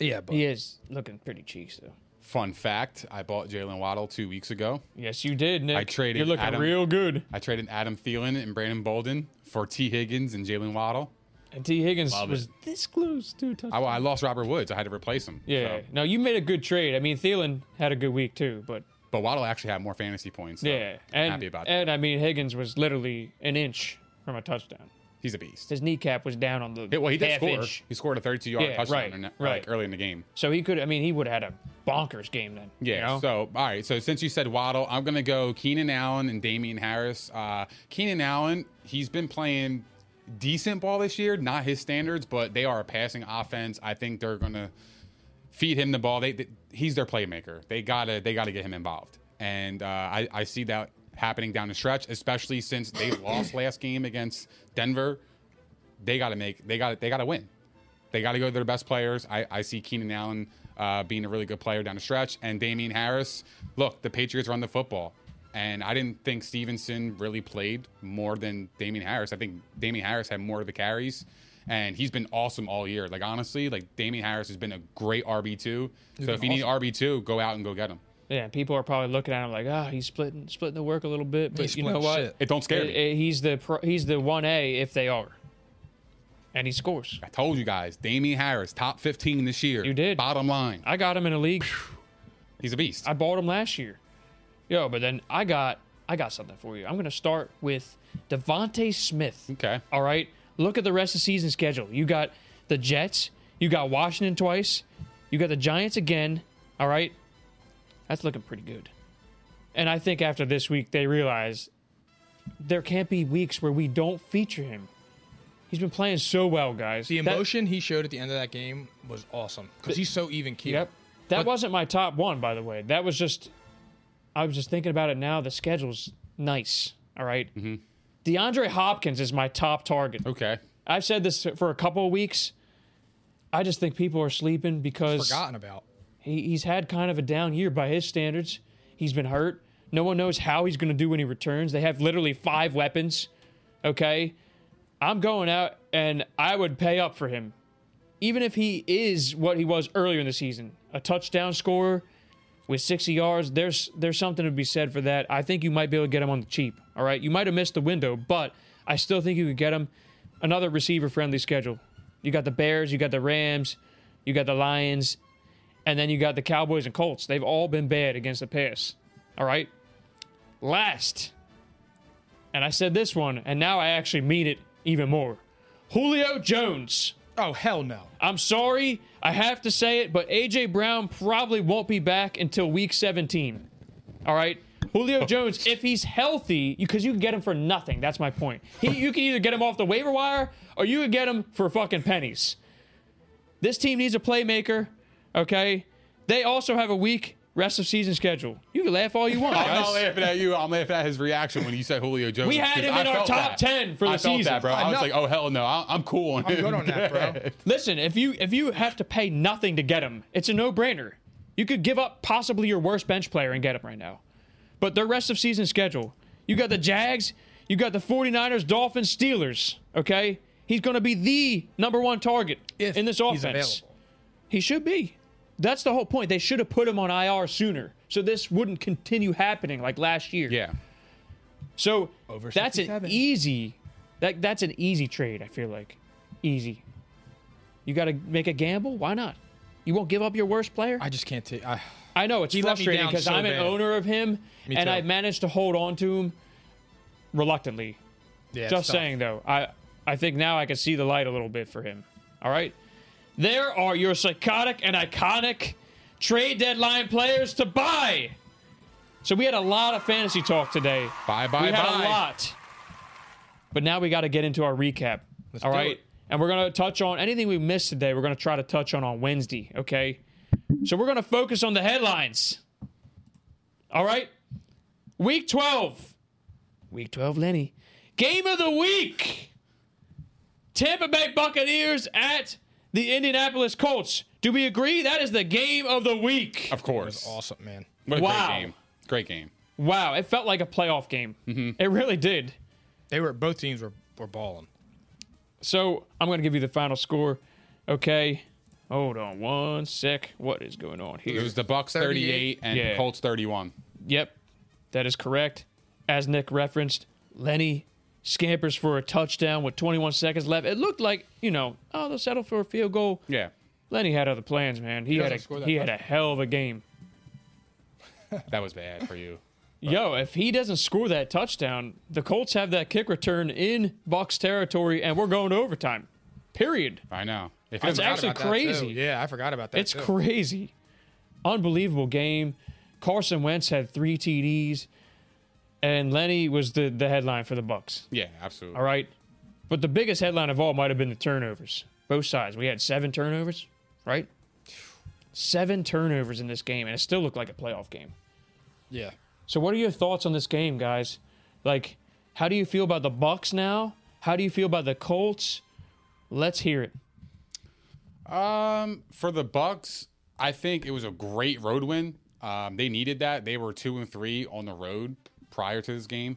Yeah, but He is looking pretty cheeks though. Fun fact: I bought Jalen Waddle two weeks ago. Yes, you did, Nick. I traded You're looking Adam- real good. I traded Adam Thielen and Brandon Bolden for T. Higgins and Jalen Waddle. And T. Higgins Love was it. this close to a touchdown. I, I lost Robert Woods. I had to replace him. yeah. so- No, you made a good trade. I mean, Thielen had a good week too, but But Waddle actually had more fantasy points. so yeah. I'm And, happy about and that. I mean, Higgins was literally an inch from a touchdown. He's a beast. His kneecap was down on the Yeah, well, he did half score. inch. He scored a 32-yard Yeah, touchdown right, in- like, right. early in the game. So he could. I mean, he would have had a bonkers game then. you Yeah. know? So, all right. So, since you said Waddle, I'm going to go Keenan Allen and Damian Harris. Uh, Keenan Allen, he's been playing decent ball this year, not his standards, but they are a passing offense. I think they're going to feed him the ball. They, they- he's their playmaker. They gotta they gotta get him involved, and uh, I I see that happening down the stretch, especially since they lost last game against Denver. They gotta make they got they gotta win. They gotta go to their best players. I I see Keenan Allen uh, being a really good player down the stretch, and Damien Harris. Look, the Patriots run the football. And I didn't think Stevenson really played more than Damien Harris. I think Damien Harris had more of the carries and he's been awesome all year. Like honestly, like Damian Harris has been a great RB two. So if you need RB two, go out and go get him. yeah, people are probably looking at him like, ah, he's splitting splitting the work a little bit, but you know splitting what? shit. It don't scare me. Eh, eh, he's the pro, he's the one A if they are, and he scores. I told you guys, Damian Harris, top fifteen this year. You did. Bottom line, I got him in a league. he's a beast. I bought him last year. Yo, but then I got I got something for you. I'm gonna start with Devonte Smith. Okay. All right. Look at the rest of the season schedule. You got the Jets. You got Washington twice. You got the Giants again. All right. That's looking pretty good. And I think after this week they realize there can't be weeks where we don't feature him. He's been playing so well, guys. the That- emotion he showed at the end of that game was awesome because he's so even keel. Yep. That But- wasn't my top one, by the way. That was just, I was just thinking about it now. The schedule's nice. All right? Mm-hmm. DeAndre Hopkins is my top target. Okay. I've said this for a couple of weeks. I just think people are sleeping because Forgotten about. he, he's had kind of a down year by his standards. He's been hurt. No one knows how he's going to do when he returns. They have literally five weapons. Okay. I'm going out and I would pay up for him. Even if he is what he was earlier in the season, a touchdown scorer with 60 yards, there's there's something to be said for that. I think you might be able to get him on the cheap. All right. You might have missed the window, but I still think you could get him another receiver friendly schedule. You got the Bears, you got the Rams, you got the Lions, and then you got the Cowboys and Colts. They've all been bad against the pass. All right. Last, and I said this one, and now I actually mean it even more Julio Jones. Oh hell no. I'm sorry, I have to say it, but AJ Brown probably won't be back until week 17. All right. Julio Jones, if he's healthy, because you can get him for nothing. That's my point. He, you can either get him off the waiver wire or you can get him for fucking pennies. This team needs a playmaker, okay? They also have a weak rest of season schedule. You can laugh all you want, I'm not guys. laughing at you. I'm laughing at his reaction when you said Julio Jones. We had 'cause him I in our felt top that. 10 for the I felt season. That, bro. I, I was know. like, oh hell no, I, I'm cool on I'm him. good on that, bro. Listen, if you if you have to pay nothing to get him, it's a no-brainer. You could give up possibly your worst bench player and get him right now. But their rest of season schedule. You got the Jags, you got the 49ers, Dolphins, Steelers, okay? He's going to be the number one target If in this he's offense. available. He should be. That's the whole point. They should have put him on IR sooner. So this wouldn't continue happening like last year. Yeah. So that's an 67. easy that that's an easy trade, I feel like. Easy. You gotta make a gamble? Why not? You won't give up your worst player? I just can't take. I, I know it's He let me frustrating down because so I'm an bad. owner of him Me and too. I managed to hold on to him reluctantly. yeah, it's Just tough. saying though, I I think now I can see the light a little bit for him. All right. There are your psychotic and iconic trade deadline players to buy. So we had a lot of fantasy talk today. Bye, bye, we had bye. a lot. But now we got to get into our recap. Let's all do right. it. And we're going to touch on anything we missed today. We're going to try to touch on on Wednesday, okay? So we're going to focus on the headlines. All right? Week 12. Week 12, Lenny. Game of the week. Tampa Bay Buccaneers at the Indianapolis Colts. Do we agree that is the game of the week? Of course. Awesome, man. What a Wow. great game. Great game. Wow, it felt like a playoff game. Mm-hmm. It really did. They were both teams were were balling. So I'm going to give you the final score. Okay. Hold on one sec. What is going on here? It was the Bucks 38, 38. and Yeah. Colts 31. Yep, that is correct. As Nick referenced, Lenny scampers for a touchdown with 21 seconds left. It looked like, you know, oh, they'll settle for a field goal. Yeah. Lenny had other plans, man. He, had doesn't a score that he had a hell of a game. That was bad for you. Yo, if he doesn't score that touchdown, the Colts have that kick return in Bucks territory, and we're going to overtime. Period. I know. If That's it was- actually Forgot about that, too. crazy. Oh, Yeah, I forgot about that. It's too. crazy. Unbelievable game. Carson Wentz had three TDs, and Lenny was the, the headline for the Bucks. Yeah, absolutely. All right. But the biggest headline of all might have been the turnovers. Both sides. We had seven turnovers, right? Seven turnovers in this game, and it still looked like a playoff game. Yeah. So what are your thoughts on this game, guys? Like, how do you feel about the Bucks now? How do you feel about the Colts? Let's hear it. Um, for the Bucks, I think it was a great road win. Um, they needed that. They were two and three on the road prior to this game.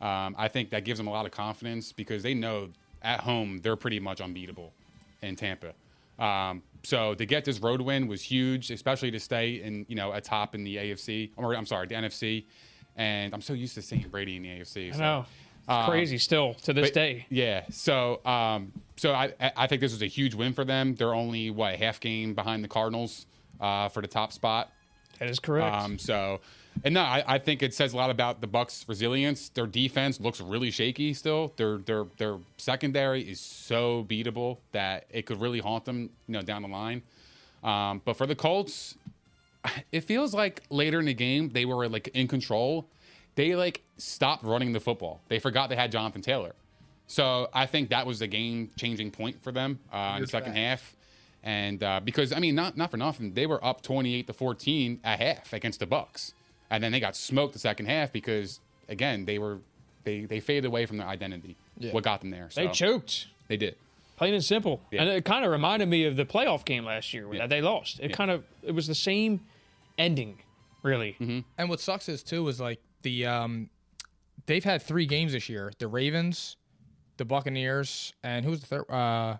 Um, I think that gives them a lot of confidence because they know at home they're pretty much unbeatable in Tampa. Um, so to get this road win was huge, especially to stay in you know a top in the AFC or I'm sorry the NFC. And I'm so used to seeing Brady in the AFC. I so- know. It's crazy still to this but- day. Yeah. So, um, so I, I I think this was a huge win for them. They're only what a half game behind the Cardinals uh, for the top spot. That is correct. Um, so, and no, I, I think it says a lot about the Bucks' resilience. Their defense looks really shaky still. Their their their secondary is so beatable that it could really haunt them, you know, down the line. Um, but for the Colts, it feels like later in the game they were like in control. They like stopped running the football. They forgot they had Jonathan Taylor. So I think that was the game changing point for them uh, in the second half. And uh, because I mean, not not for nothing, they were up twenty eight to fourteen at half against the Bucks, and then they got smoked the second half because again they were they they faded away from their identity. What got them there? So they choked. They did. plain and simple. And it kind of reminded me of the playoff game last year that they lost. It kind of it was the same ending, really. And what sucks is too is like the um, they've had three games this year: the Ravens, the Buccaneers, and who's the third? Uh,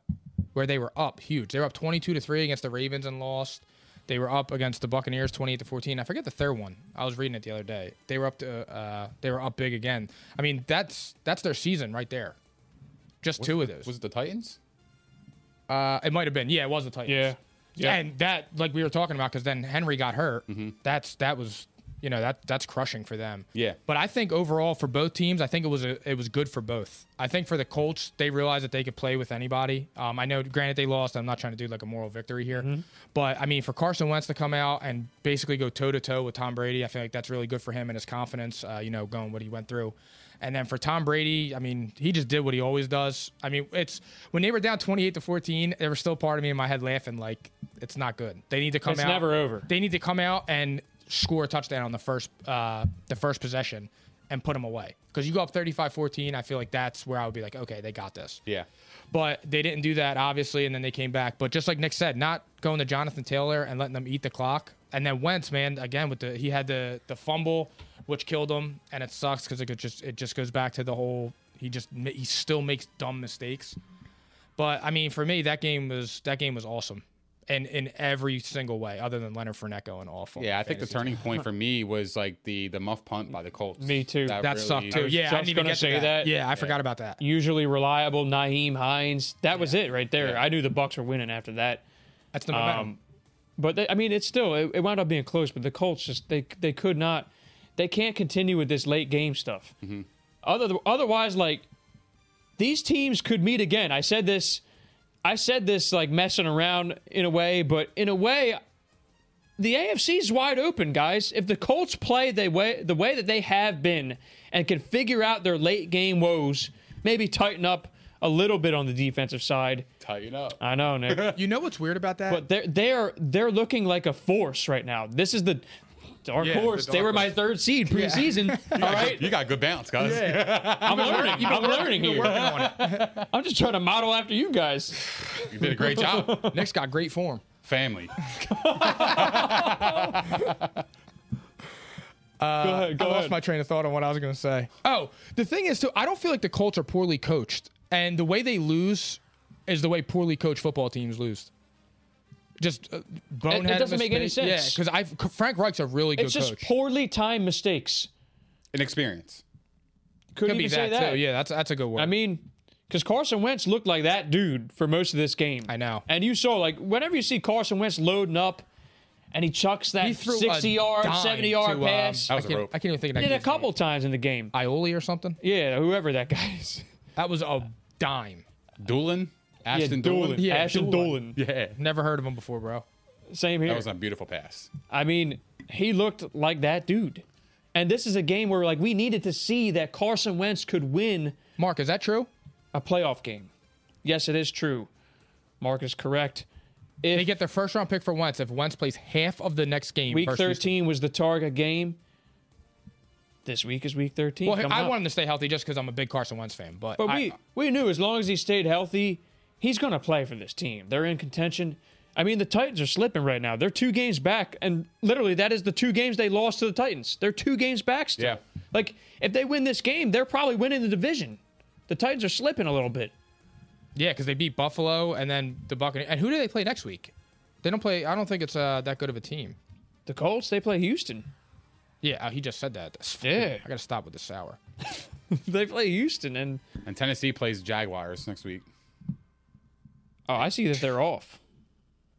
where they were up huge. They were up twenty-two to three against the Ravens and lost. They were up against the Buccaneers, twenty-eight to fourteen. I forget the third one. I was reading it the other day. They were up to uh, they were up big again. I mean, that's that's their season right there. Just two of those. Was it the Titans? Uh, it might have been. Yeah, it was the Titans. Yeah. Yeah. Mm-hmm. And that, like we were talking about, because then Henry got hurt. That's that was, you know, that that's crushing for them. Yeah. But I think overall for both teams, I think it was a, it was good for both. I think for the Colts, they realized that they could play with anybody. Um, I know, granted, they lost. I'm not trying to do like a moral victory here, Mm-hmm. but I mean, for Carson Wentz to come out and basically go toe to toe with Tom Brady, I feel like that's really good for him and his confidence. Uh, you know, going what he went through. And then for Tom Brady, I mean, he just did what he always does. I mean, it's when they were down 28 to 14, there was still part of me in my head laughing like it's not good. They need to come It's out. never over. They need to come out and score a touchdown on the first uh, the first possession and put them away. Because you go up 35-14, I feel like that's where I would be like, okay, they got this. Yeah. But they didn't do that, obviously, and then they came back. But just like Nick said, not going to Jonathan Taylor and letting them eat the clock And then Wentz, man, again with the he had the the fumble, which killed him, and it sucks because it could just it just goes back to the whole he just ma- he still makes dumb mistakes. But I mean, for me, that game was that game was awesome, and in every single way, other than Leonard Fournette going awful. Yeah, I think the Fantasy. turning point for me was like the the muff punt by the Colts. Me too. that sucked too. was Yeah, I just didn't even gonna get to say that. Yeah, I forgot about that. Usually reliable, Naeem Hines. That was it right there. I knew the Bucks were winning after that. That's the momentum. Um, but they, I mean, it's still it, it wound up being close. But the Colts just they they could not, they can't continue with this late game stuff. Other otherwise, like these teams could meet again. I said this, I said this like messing around in a way, but in a way, the AFC is wide open, guys. If the Colts play the way the way that they have been and can figure out their late game woes, maybe tighten up a little bit on the defensive side. Tighten up. I know, Nick. you know what's weird about that? But they're they're they're looking like a force right now. This is the dark Yeah, the horse. they dark were my horse. third seed preseason. All right, You got good bounce, guys. I'm learning. I'm learning You're here. working on it. I'm just trying to model after you guys. You did a great job. Nick's got great form. Family. go ahead. Go Uh, I ahead. lost my train of thought on what I was going to say. Oh, the thing is, too, I don't feel like the Colts are poorly coached, and the way they lose is the way poorly coached football teams lose. Just uh, bonehead. doesn't make any mistake. sense. Yeah, because I Frank Reich's a really it's good just coach. poorly timed mistakes. Inexperience. Could Could even be say that, that. too. Yeah, that's that's a good word. I mean, because Carson Wentz looked like that dude for most of this game. I know. And you saw like whenever you see Carson Wentz loading up, and he chucks that He threw a 60 yard, dime 70 yard to, um, pass. I, was a can't, rope. I can't even think of he that. did a kid's name. couple times in the game. Ioli or something. Yeah, whoever that guy is. That was a dime. Doolin. Ashton Doolin. Yeah, Yeah, Ashton Doolin. Doolin. Yeah. Never heard of him before, bro. Same here. That was a beautiful pass. I mean, he looked like that dude. And this is a game where like we needed to see that Carson Wentz could win Mark, is that true? a playoff game. Yes, it is true. Mark is correct. If They get their first round pick for Wentz if Wentz plays half of the next game. week versus Houston. 13 was the target game, this week is week 13. Well, coming I up. want him to stay healthy just because I'm a big Carson Wentz fan. But, But I- we we knew as long as he stayed healthy, he's going to play for this team. They're in contention. I mean, the Titans are slipping right now. They're two games back, and literally that is the two games they lost to the Titans. They're two games back still. Yeah. Like if they win this game, they're probably winning the division. The Titans are slipping a little bit. yeah, because they beat Buffalo and then the Buccaneers. And who do they play next week? They don't play. I don't think it's uh, that good of a team. The Colts they play Houston. Yeah, uh, he just said that. That's- Yeah. I gotta stop with the sour. they play Houston, and And Tennessee plays Jaguars next week. oh, I see that they're off.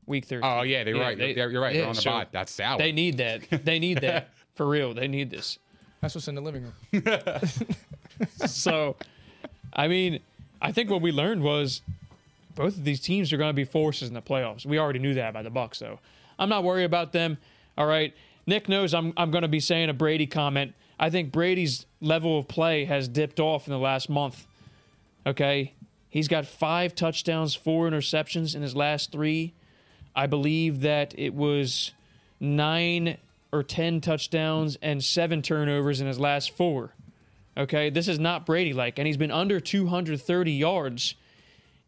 Week thirteen. Oh yeah, they're Yeah, right. they- They're- you're right. yeah, they're on the so bye. That's sour. They need that. They need that for real. They need this. That's what's in the living room. So, I mean, I think what we learned was both of these teams are going to be forces in the playoffs. We already knew that by the Bucks, though. I'm not worried about them. All right, Nick knows I'm I'm going to be saying a Brady comment. I think Brady's level of play has dipped off in the last month. Okay, he's got five touchdowns, four interceptions in his last three. I believe that it was nine or ten touchdowns and seven turnovers in his last four. Okay, this is not Brady like, and he's been under 230 yards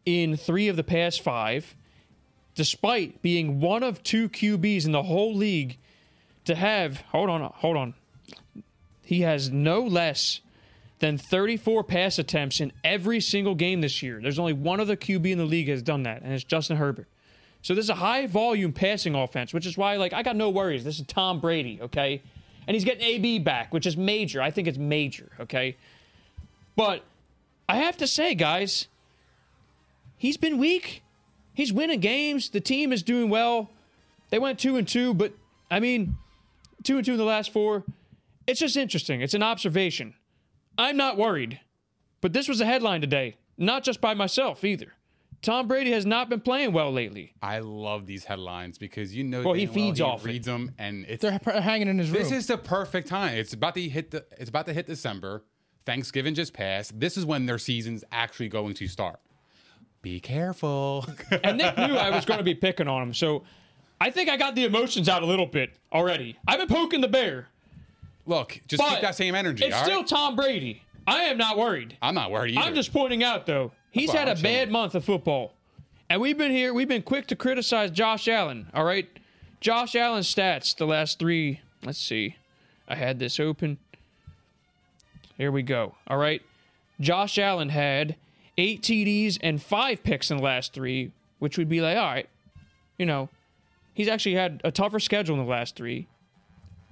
in three of the past five, despite being one of two QBs in the whole league to have. Hold on, hold on. He has no less than 34 pass attempts in every single game this year. There's only one other QB in the league has done that, and it's Justin Herbert. So this is a high volume passing offense, which is why like I got no worries. This is Tom Brady, okay? And he's getting AB back, which is major. I think it's major, okay? But I have to say, guys, he's been weak. He's winning games. The team is doing well. They went 2 and 2, but I mean, 2 and 2 in the last 4. It's just interesting. It's an observation. I'm not worried. But this was a headline today, not just by myself either. Tom Brady has not been playing well lately. I love these headlines because you know. Well, he damn feeds he off it. Reads them, and it's They're h- hanging in his room. This is the perfect time. It's about to hit the. It's about to hit December. Thanksgiving just passed. This is when their season's actually going to start. Be careful. And Nick knew I was going to be picking on him, so I think I got the emotions out a little bit already. I've been poking the bear, Look, just but keep that same energy. It's all still right? Tom Brady. I am not worried. I'm not worried either. I'm just pointing out though, he's why had I'm a bad chilling. month of football, and we've been here. We've been quick to criticize Josh Allen. All right, Josh Allen stats the last three. Let's see. I had this open. Here we go. All right. Josh Allen had eight TDs and five picks in the last three, which would be like, all right, you know, he's actually had a tougher schedule in the last three,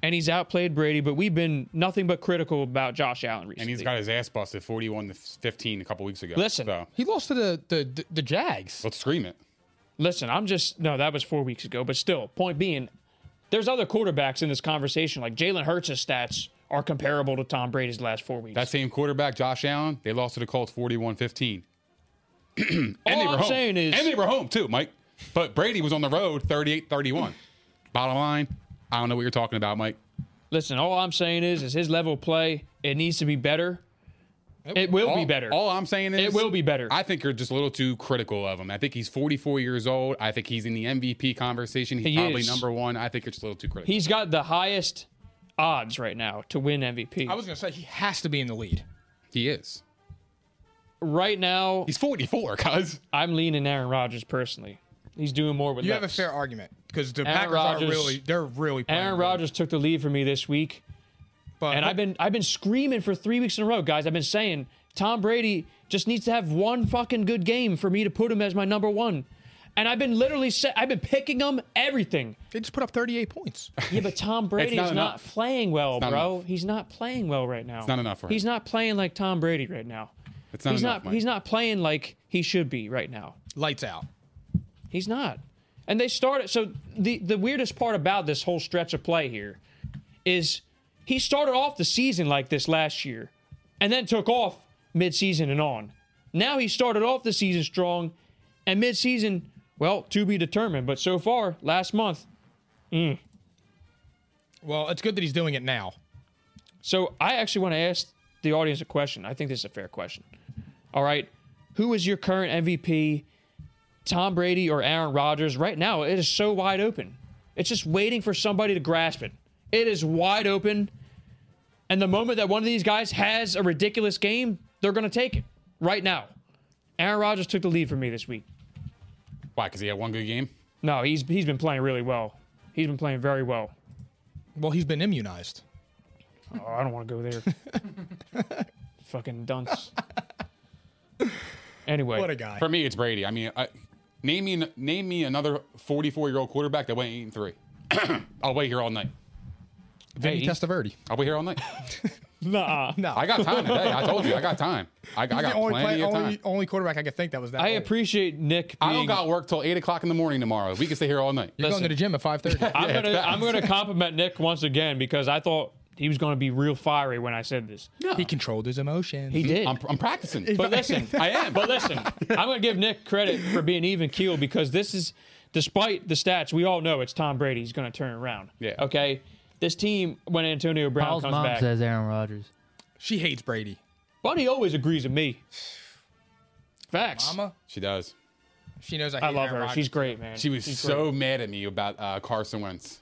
and he's outplayed Brady, but we've been nothing but critical about Josh Allen recently. And he's got his ass busted 41 to 15 a couple weeks ago. Listen. So, He lost to the the the, the Jags. let's scream it. Listen, I'm just no, that was four weeks ago, but still, point being, there's other quarterbacks in this conversation. Like Jalen Hurts' stats are comparable to Tom Brady's last four weeks. That same quarterback, Josh Allen, they lost to the Colts 41 15. all and they were I'm home. saying is and they were home too, Mike. But Brady was on the road 38 31. Bottom line, I don't know what you're talking about, Mike. listen, all I'm saying is is his level of play, it needs to be better. It will all, be better. All I'm saying is It will be better. I think you're just a little too critical of him. I think he's 44 years old. I think he's in the MVP conversation. He's He probably is. number one. I think you're just a little too critical. He's got the highest odds right now to win MVP. I was gonna say he has to be in the lead. he is. right now, He's 44, cuz. I'm leaning Aaron Rodgers personally. He's doing more with You less. have a fair argument because the Aaron Packers Rodgers- are really they're really playing Aaron good. Rodgers took the lead for me this week. But And I've been I've been screaming for three weeks in a row, guys. I've been saying Tom Brady just needs to have one fucking good game for me to put him as my number one. And I've been literally set, I've been picking him everything. they just put up 38 points. Yeah, but Tom Brady not is not enough. playing well, not bro. enough. He's not playing well right now. It's not enough for him. He's not playing like Tom Brady right now. It's not he's enough, not Mike. he's not playing like he should be right now. Lights out. He's not. And they started. So the the weirdest part about this whole stretch of play here is he started off the season like this last year, and then took off midseason and on. Now he started off the season strong, and midseason, well, to be determined. But so far, last month. Well, it's good that he's doing it now. So I actually want to ask the audience a question. I think this is a fair question. All right, who is your current MVP? Tom Brady or Aaron Rodgers? Right now, it is so wide open. It's just waiting for somebody to grasp it. It is wide open. And the moment that one of these guys has a ridiculous game, they're going to take it right now. Aaron Rodgers took the lead for me this week. Why? Because he had one good game? No, he's he's been playing really well. He's been playing very well. Well, he's been immunized. Oh, I don't want to go there. Fucking dunce. Anyway, What a guy. For me, it's Brady. I mean, I, name me name me another 44 year old quarterback that went eight and three. I'll wait here all night. Vinny Hey. Testaverde. I'll wait here all night. Nuh-uh. I got time today. I told you, I got time. I, I got only, plenty play- of time. only, only quarterback I could think that was that. I old. appreciate Nick. Being, I don't got work till eight o'clock in the morning tomorrow. We can stay here all night. You're going to the gym at 5:30. I'm it's gonna bad. I'm gonna compliment Nick once again because I thought he was gonna be real fiery when I said this. He controlled his emotions. He did. I'm, I'm practicing. but listen, I am. But listen, I'm gonna give Nick credit for being even keel because this is, despite the stats, we all know it's Tom Brady. He's gonna turn around. Yeah. Okay. This team, when Antonio Brown Paul's comes mom back, says Aaron Rodgers. she hates Brady. Buddy always agrees with me. Facts. Mama, she does. she knows I hate I love Aaron her. Rodgers. She's great, man. She was She's so great. mad at me about uh, Carson Wentz.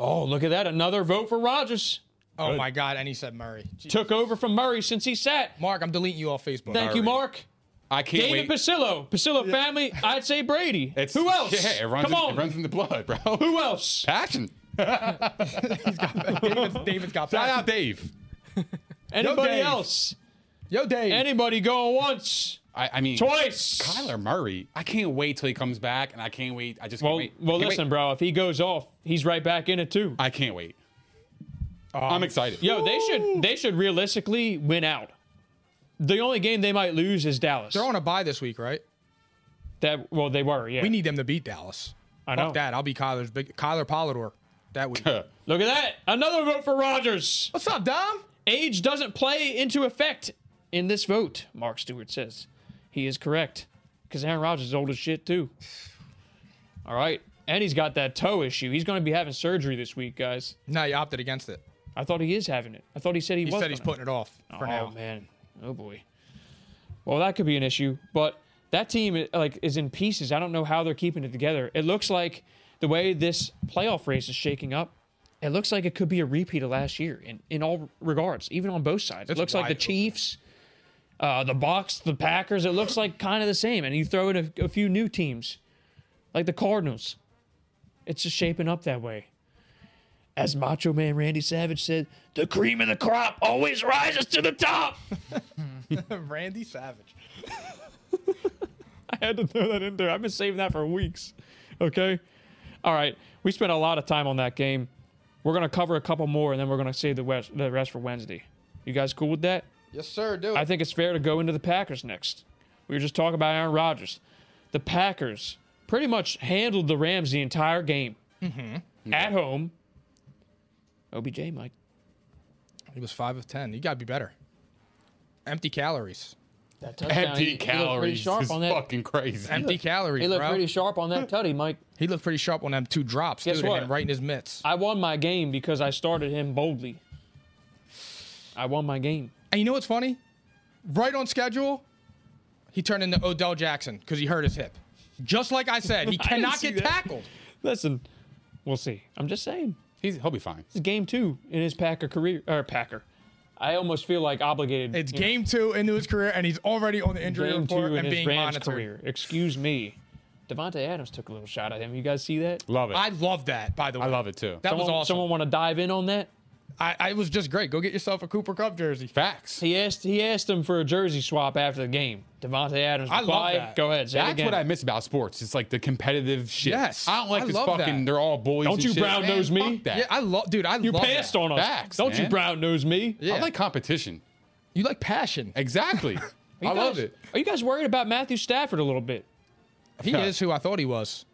Oh, look at that! Another vote for Rogers. Oh my god, and he said Murray. Gee. Took over from Murray since he sat. Mark, I'm deleting you off Facebook. Thank you, Mark. I can't David wait. Pasillo, Pasillo family. I'd say Brady. It's- Who else? Yeah, it runs, Come in, on. It runs in the blood, bro. Who else? Passion. David's, David's got Shout that. out Dave. Anybody Dave. else? Yo, Dave. Anybody going once? I, I mean, Twice. Kyler Murray. I can't wait till he comes back, and I can't wait. I just can't Well, wait. well, I can't listen, wait. bro. If he goes off, he's right back in it too. I can't wait. I'm excited. Oh, Yo, they should they should realistically win out. The only game they might lose is Dallas. They're on a bye this week, right? that well, they were. Yeah, We need them to beat Dallas. I know Fuck that. I'll be Kyler's big Kyler Polidor that week. Look at that. Another vote for Rogers. What's up, Dom? Age doesn't play into effect in this vote, Mark Stewart says. He is correct. Because Aaron Rodgers is old as shit, too. All right. And he's got that toe issue. He's going to be having surgery this week, guys. No, you opted against it. I thought he is having it. I thought he said he, He was. said he's gonna. putting it off for oh, now. man. Oh, boy. Well, that could be an issue. But that team eh, like is in pieces. I don't know how they're keeping it together. It looks like the way this playoff race is shaking up, it looks like it could be a repeat of last year in, in all regards, even on both sides. it It's looks like wide the open. Chiefs, uh, the Bucks, the Packers. It looks like kind of the same. And you throw in a, a few new teams, like the Cardinals. It's just shaping up that way. As Macho Man Randy Savage said, the cream of the crop always rises to the top. Randy Savage. I had to throw that in there. I've been saving that for weeks. Okay. All right. We spent a lot of time on that game. We're gonna cover a couple more, and then we're gonna save the rest, the rest for Wednesday. You guys cool with that? Yes, sir. Do it. I think it's fair to go into the Packers next. We were just talking about Aaron Rodgers. The Packers pretty much handled the Rams the entire game Mm-hmm. at home. OBJ, Mike. he was five of ten. You gotta be better. Empty calories. That Empty calories. He looked pretty is sharp on that. fucking crazy. Empty calories, He looked bro. pretty sharp on that tutty, Mike. he looked pretty sharp on them two drops, Guess dude, and what? then right in his mitts. I won my game because I started him boldly. I won my game. And you know what's funny? Right on schedule, he turned into Odell Jackson because he hurt his hip. Just like I said, he didn't cannot see get that. tackled. Listen, we'll see. I'm just saying. He's, he'll be fine. It's game two in his Packer career or Packer. I almost feel like obligated. It's you know, game two into his career, and he's already on the injury game report two in and his being Rams monitored. career. Excuse me. Devonte Adams took a little shot at him. You guys see that? Love it. I I, love that, by the way. love it too. That was Someone- awesome. Someone want to dive in on that? I, I was just great. Go get yourself a Cooper Cup jersey. Facts. He asked. He asked him for a jersey swap after the game. Devonte Adams. I love replied, that. Go ahead. Say it That's again. what I miss about sports. It's like the competitive shit. Yes. I don't like I this love fucking. that. They're all boys. Don't and you shit. brown Man, nose me? fuck that. Yeah, I love, dude. I You love passed that. on us. Facts, Don't you man. brown nose me? Yeah. I like competition. You like passion. Exactly. I You love guys- it. Are you guys worried about Matthew Stafford a little bit? He is who I thought he was.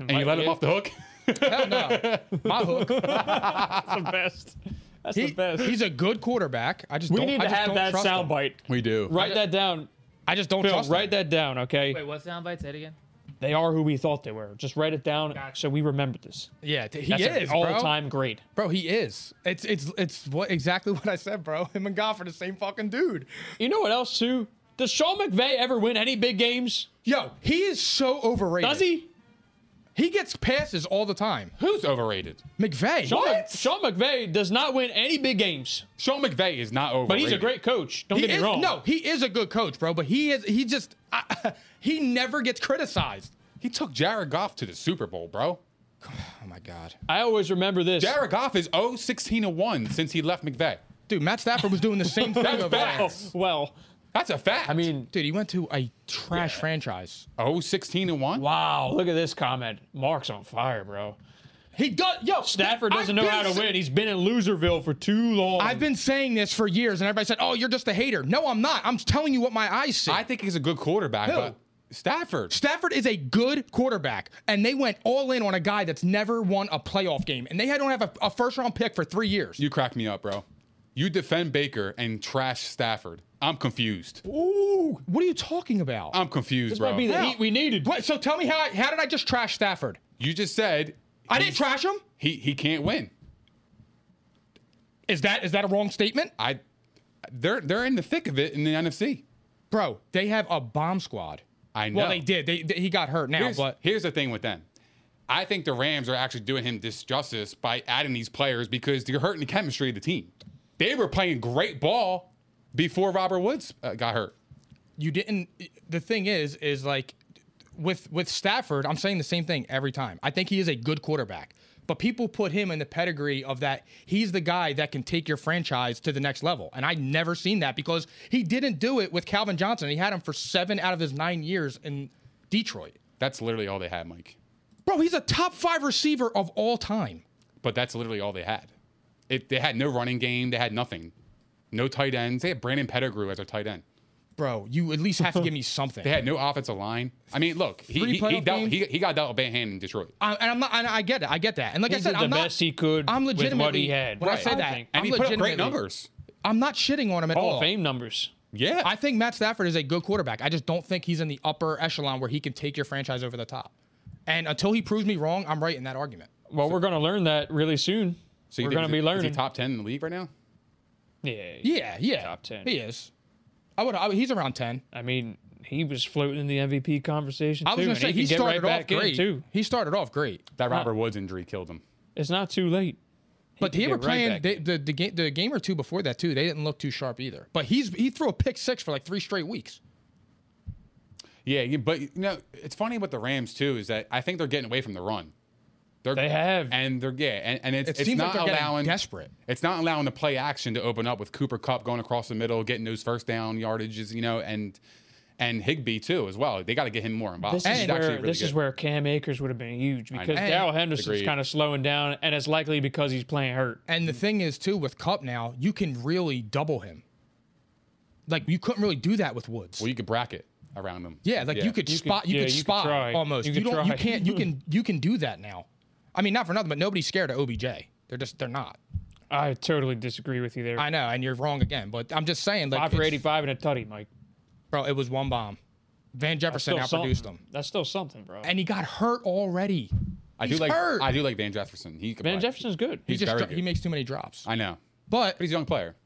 And you let him off the hook. Hell no, my hook. the best. That's He- the best. he's a good quarterback. I just we don't, need I to just have don't that trust him. soundbite. We do. Write that down, I just don't Phil. trust. Write him. that down, okay? Wait, what sound bites? Say it again. They are who we thought they were. Just write it down Gotcha. so we remember this. Yeah, t- he That's an is bro. all-time great. Bro, he is. It's it's it's what exactly what I said, bro. Him and Goff are the same fucking dude. You know what else too? Does Sean McVay ever win any big games? Yo, he is so overrated. Does he? He gets passes all the time. Who's overrated? McVay. Sean, Sean McVay does not win any big games, Sean McVay is not overrated. but he's a great coach. Don't He get is, me wrong. no, he is a good coach, bro. But he is he just I, he never gets criticized. He took Jared Goff to the Super Bowl, bro. Oh my god, I always remember this. Jared Goff is 0 16 and 1 since he left McVay. dude, Matt Stafford was doing the same thing That's over there. Oh, facts. well, That's a fact. I mean, Dude, he went to a trash franchise. 0 16 and 1. wow! Look at this comment. Mark's on fire, bro. He does. Yo, Stafford doesn't I've know been how to sa- win. He's been in loserville for too long. I've been saying this for years, and everybody said, "Oh, you're just a hater." No, I'm not. I'm telling you what my eyes see. I think he's a good quarterback, Who? but Stafford. Stafford is a good quarterback, and they went all in on a guy that's never won a playoff game, and they don't have a, a first round pick for three years. You crack me up, bro. You defend Baker and trash Stafford. I'm confused. Ooh, what are you talking about? I'm confused, This bro. might be the e- How? heat we needed. Wait, so tell me how I, how did I just trash Stafford? you just said I didn't trash him. he he can't win. Is that is that a wrong statement, I they're they're in the thick of it in the NFC. bro? They have a bomb squad. I know. Well, they did. They, they- he got hurt now, Here's, but here's the thing with them. I think the Rams are actually doing him disjustice by adding these players because they're hurting the chemistry of the team. They were playing great ball before Robert Woods uh, got hurt. you didn't. The thing is, is like with with Stafford, I'm saying the same thing every time. I think he is a good quarterback, but people put him in the pedigree of that he's the guy that can take your franchise to the next level, and I never seen that because he didn't do it with Calvin Johnson. He had him for seven out of his nine years in Detroit. That's literally all they had, Mike. Bro, he's a top five receiver of all time. But that's literally all they had. It, they had no running game. They had nothing. No tight ends. They had Brandon Pettigrew as their tight end. Bro, you at least have to give me something. They had no offensive line. I mean, look, he, Three he, he, playoff dealt, games? he, he got dealt a bad hand in Detroit. I, and I'm not. And I get it. I get that. And like He I said, did I'm the not- best he could I'm with what he legitimately. had. When I Right. say I that, think. And I'm he put up great legitimately- numbers. I'm not shitting on him at Hall all. of Fame numbers. Yeah. I think Matt Stafford is a good quarterback. I just don't think he's in the upper echelon where he can take your franchise over the top. And until he proves me wrong, I'm right in that argument. Well, we're going to learn that really soon. so you we're think gonna he's- be is he learning. top 10 in the league right now? Yeah. Yeah, yeah. Top 10. He is. I would. I, would- he's around ten. I mean, he was floating in the MVP conversation. I was too, gonna and say he, he can get right started off back in, great. too. He started off great, That Robert Woods injury killed him. It's not too late. but can they get were right playing back they, in. the the game the game or two before that too. They didn't look too sharp either. But he's he threw a pick six for like three straight weeks. Yeah, you- but you know, it's funny with the Rams too is that I think they're getting away from the run. They're, They have. and they're yeah, and, and it's, It it's seems not like they're getting allowing desperate. It's not allowing the play action to open up with Cooper Cup going across the middle, getting those first down yardages, you know, and and Higby too as well. They got to get him more Oh, involved. This He's is actually where really this is good. where Cam Akers would have been huge because know. Daryl And- Henderson's Agreed. kind of slowing down, and it's likely because he's playing hurt. And the thing is, too, with Cup now, you can really double him. Like you couldn't really do that with Woods. well you could bracket around him. yeah, like you could You could- spot, you yeah, could you could spot try. almost. You You, could don't, you try. can't, you can, you can do that now. I mean, not for nothing, but nobody's scared of OBJ. They're just, they're not. I totally disagree with you there. I know, and you're wrong again. But I'm just saying, like, Five for it's- eighty-five and a tutty, Mike. bro, it was one bomb. Van Jefferson Still outproduced something. him, That's still something, bro. and he got hurt already. I do He's like hurt. I do like Van Jefferson. He could Van play. Jefferson's good. He he's just very dro- good. he makes too many drops. I know. but But he's a young player.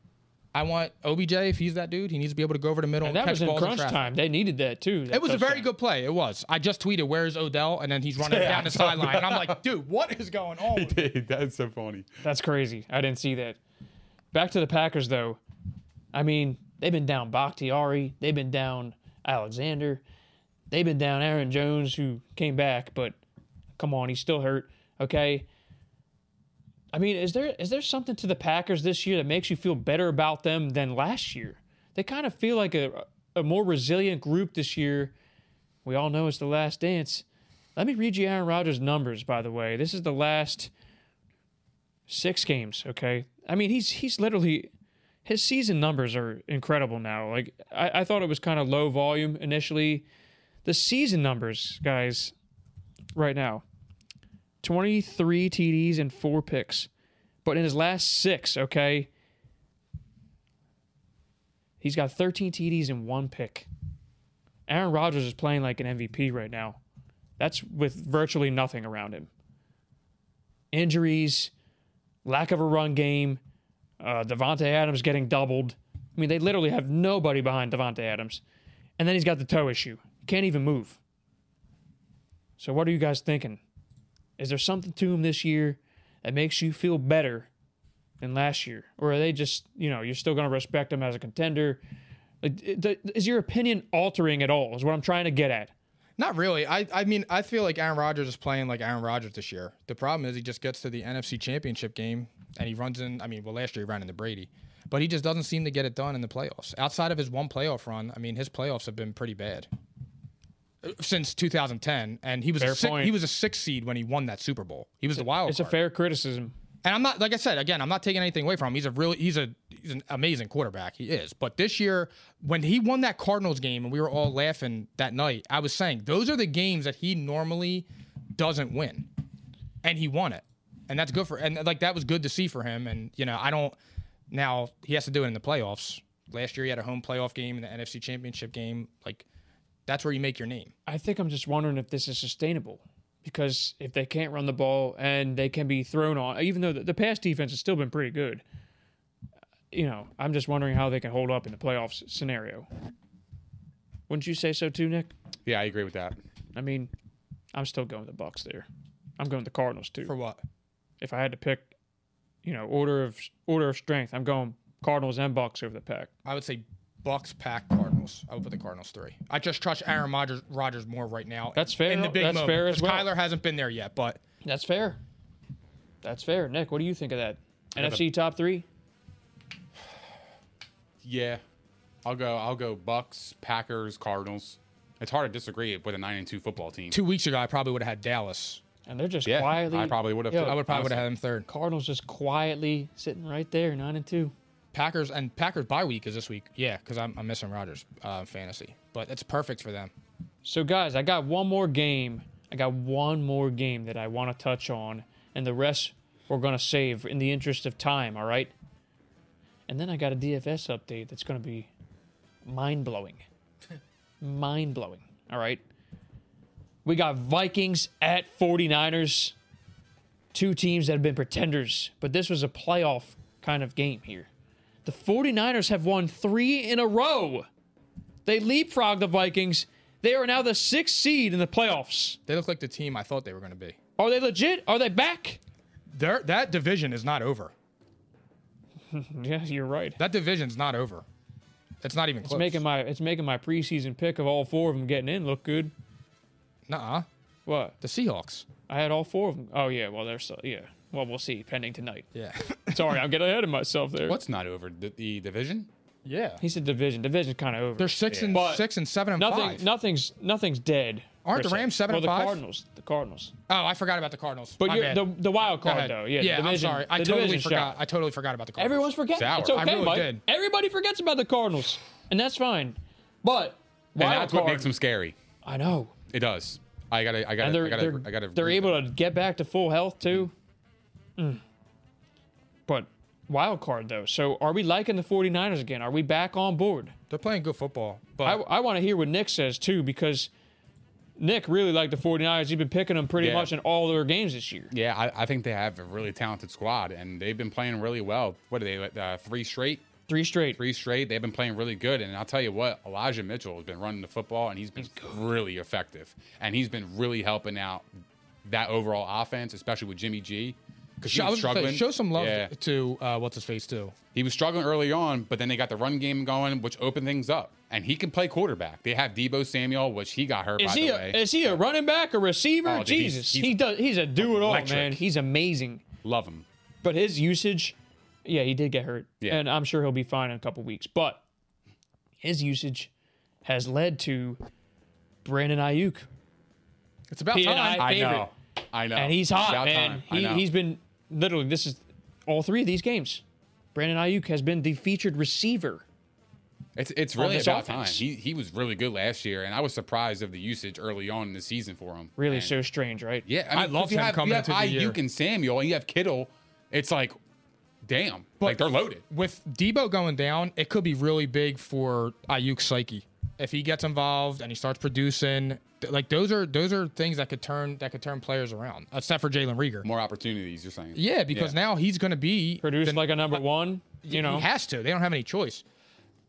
I want OBJ if he's that dude, he needs to be able to go over the middle And and, that catch was in balls in crunch traffic. time. They needed that too. that It was a very touchdown. good play. It was. I just tweeted, "Where's Odell?" and then he's running Yeah, down the I saw sideline, and I'm like, "Dude, what is going on?" with you?" That's so funny. That's crazy. I didn't see that. Back to the Packers though. I mean, they've been down Bakhtiari. They've been down Alexander. They've been down Aaron Jones, who came back, but come on, he's still hurt. Okay. I mean, is there is there something to the Packers this year that makes you feel better about them than last year? They kind of feel like a a more resilient group this year. We all know it's the last dance. Let me read you Aaron Rodgers' numbers, by the way. This is the last six games. Okay, I mean he's he's literally his season numbers are incredible now. Like I, I thought it was kind of low volume initially. The season numbers, guys, right now, twenty three TDs and four picks, but in his last six, okay, he's got thirteen TDs and one pick. Aaron Rodgers is playing like an MVP right now. That's with virtually nothing around him. Injuries, lack of a run game, uh, Devonte Adams getting doubled. I mean, they literally have nobody behind Devonte Adams, and then he's got the toe issue. Can't even move. So, what are you guys thinking? Is there something to him this year that makes you feel better than last year, or are they just you know you're still going to respect him as a contender? Like, it- th- Is your opinion altering at all? Is what I'm trying to get at. Not really. I, I mean, I feel like Aaron Rodgers is playing like Aaron Rodgers this year. The problem is he just gets to the NFC Championship game and he runs in. I mean, well, last year he ran into Brady, but he just doesn't seem to get it done in the playoffs. Outside of his one playoff run, I mean, his playoffs have been pretty bad Uh, since 2010, and he was Fair a six, point. he was a six seed when he won that Super Bowl. He was the wild. It's a card. fair criticism. And I'm not like I said again. I'm not taking anything away from him. He's a really he's a he's an amazing quarterback. He is. But this year, when he won that Cardinals game and we were all laughing that night, I was saying those are the games that he normally doesn't win, and he won it, and that's good for and like that was good to see for him. And you know I don't now he has to do it in the playoffs. Last year he had a home playoff game in the NFC Championship game. Like that's where you make your name. I think I'm just wondering if this is sustainable because if they can't run the ball and they can be thrown on, even though the, the pass defense has still been pretty good, uh, you know, I'm just wondering how they can hold up in the playoffs scenario. Wouldn't you say so too, Nick? Yeah, I agree with that. I mean, I'm still going with the Bucks there. I'm going with the Cardinals too. For what? if I had to pick, you know, order of order of strength, I'm going Cardinals and Bucks over the pack. I would say Bucks, Pack, Cardinals. I would put the Cardinals three. I just trust Aaron Rodgers, Rodgers more right now. That's fair. In the big That's moment, fair as 'cause well. Kyler hasn't been there yet, but That's fair. That's fair. Nick, what do you think of that? NFC top three? Yeah, I'll go. I'll go. Bucks, Packers, Cardinals. It's hard to disagree with a nine and two football team. two weeks ago I probably would have had Dallas. And they're just Yeah, quietly. I probably would have. Yo, I would probably would have had them third. Cardinals just quietly sitting right there, nine and two. Packers and Packers bye week is this week. Yeah, because I'm, I'm missing Rodgers uh, fantasy, but it's perfect for them. So guys, I got one more game. I got one more game that I want to touch on, and the rest we're gonna save in the interest of time. All right. And then I got a DFS update that's gonna be mind blowing, mind blowing. All right. We got Vikings at 49ers. Two teams that have been pretenders, but this was a playoff kind of game here. The 49ers have won three in a row. They leapfrog the Vikings. They are now the sixth seed in the playoffs. They look like the team I thought they were going to be. Are they legit? Are they back? Their, that division is not over. Yeah, you're right. That division's not over. It's not even It's close. making my it's making my preseason pick of all four of them getting in look good. Nuh-uh. What? The Seahawks. I had all four of them. Oh yeah, well they're so yeah. Well, we'll see pending tonight. Yeah. Sorry, I'm getting ahead of myself there. What's not over? The, the division? yeah. He said division. Division's kind of over. They're six and But six and seven and nothing. five. Nothing's nothing's dead. Aren't per the Rams se. seven well, and the five? Cardinals. The Cardinals. Oh, I forgot about the Cardinals. But My you're, bad. the the wild Go card ahead. though. Yeah. the I'm division, sorry. I the totally division forgot. shot. I totally forgot about the Cardinals. Everyone's forgetting. Sour. It's I okay, really Mike. did. Everybody forgets about the Cardinals, and that's fine. But And wild that's card, what makes them scary. I know. It does. I gotta. I gotta. And they're I gotta. they're, I gotta they're able to get back to full health too. Mm. But wild card though. So are we liking the 49ers again? Are we back on board? They're playing good football, but I, I want to hear what Nick says too because Nick really liked the 49ers. He's been picking them pretty Yeah. much in all their games this year. Yeah, I, I think they have a really talented squad, and they've been playing really well. What are they? Uh, three straight. Three straight. Three straight. They've been playing really good, and I'll tell you what, Elijah Mitchell has been running the football, and he's been really effective, and he's been really helping out that overall offense, especially with Jimmy G. Because I was gonna say, struggling. show some love Yeah. to uh, what's his face too. He was struggling early on, but then they got the run game going, which opened things up. And he can play quarterback. They have Debo Samuel, which he got hurt. Is by he the a, way. is he a running back, a receiver? Oh, dude, he's- Jesus, he's he does. He's a do it all electric. man. He's amazing. Love him. But his usage, yeah, he did get hurt, Yeah. and I'm sure he'll be fine in a couple weeks. But his usage has led to Brandon Ayuk, It's about He and time. I- I Favorite. know. I know. and he's hot, About man. time. I He, know. he's been literally this is all three of these games. Brandon Ayuk has been the featured receiver. It's it's on really this about time. offense. He he was really good last year, and I was surprised of the usage early on in the season for him. Really, And- so strange, right? Yeah, I, I mean, loved if you him have, coming you have into the year. Ayuk and Samuel, and you have Kittle. It's like, damn, like they're loaded. With Debo going down, it could be really big for Ayuk's psyche. If he gets involved and he starts producing, th- like those are those are things that could turn that could turn players around. Except for Jalen Rieger. More opportunities, you're saying? Yeah, because now he's going to be Produced the- like a number one, you know. he has to. They don't have any choice.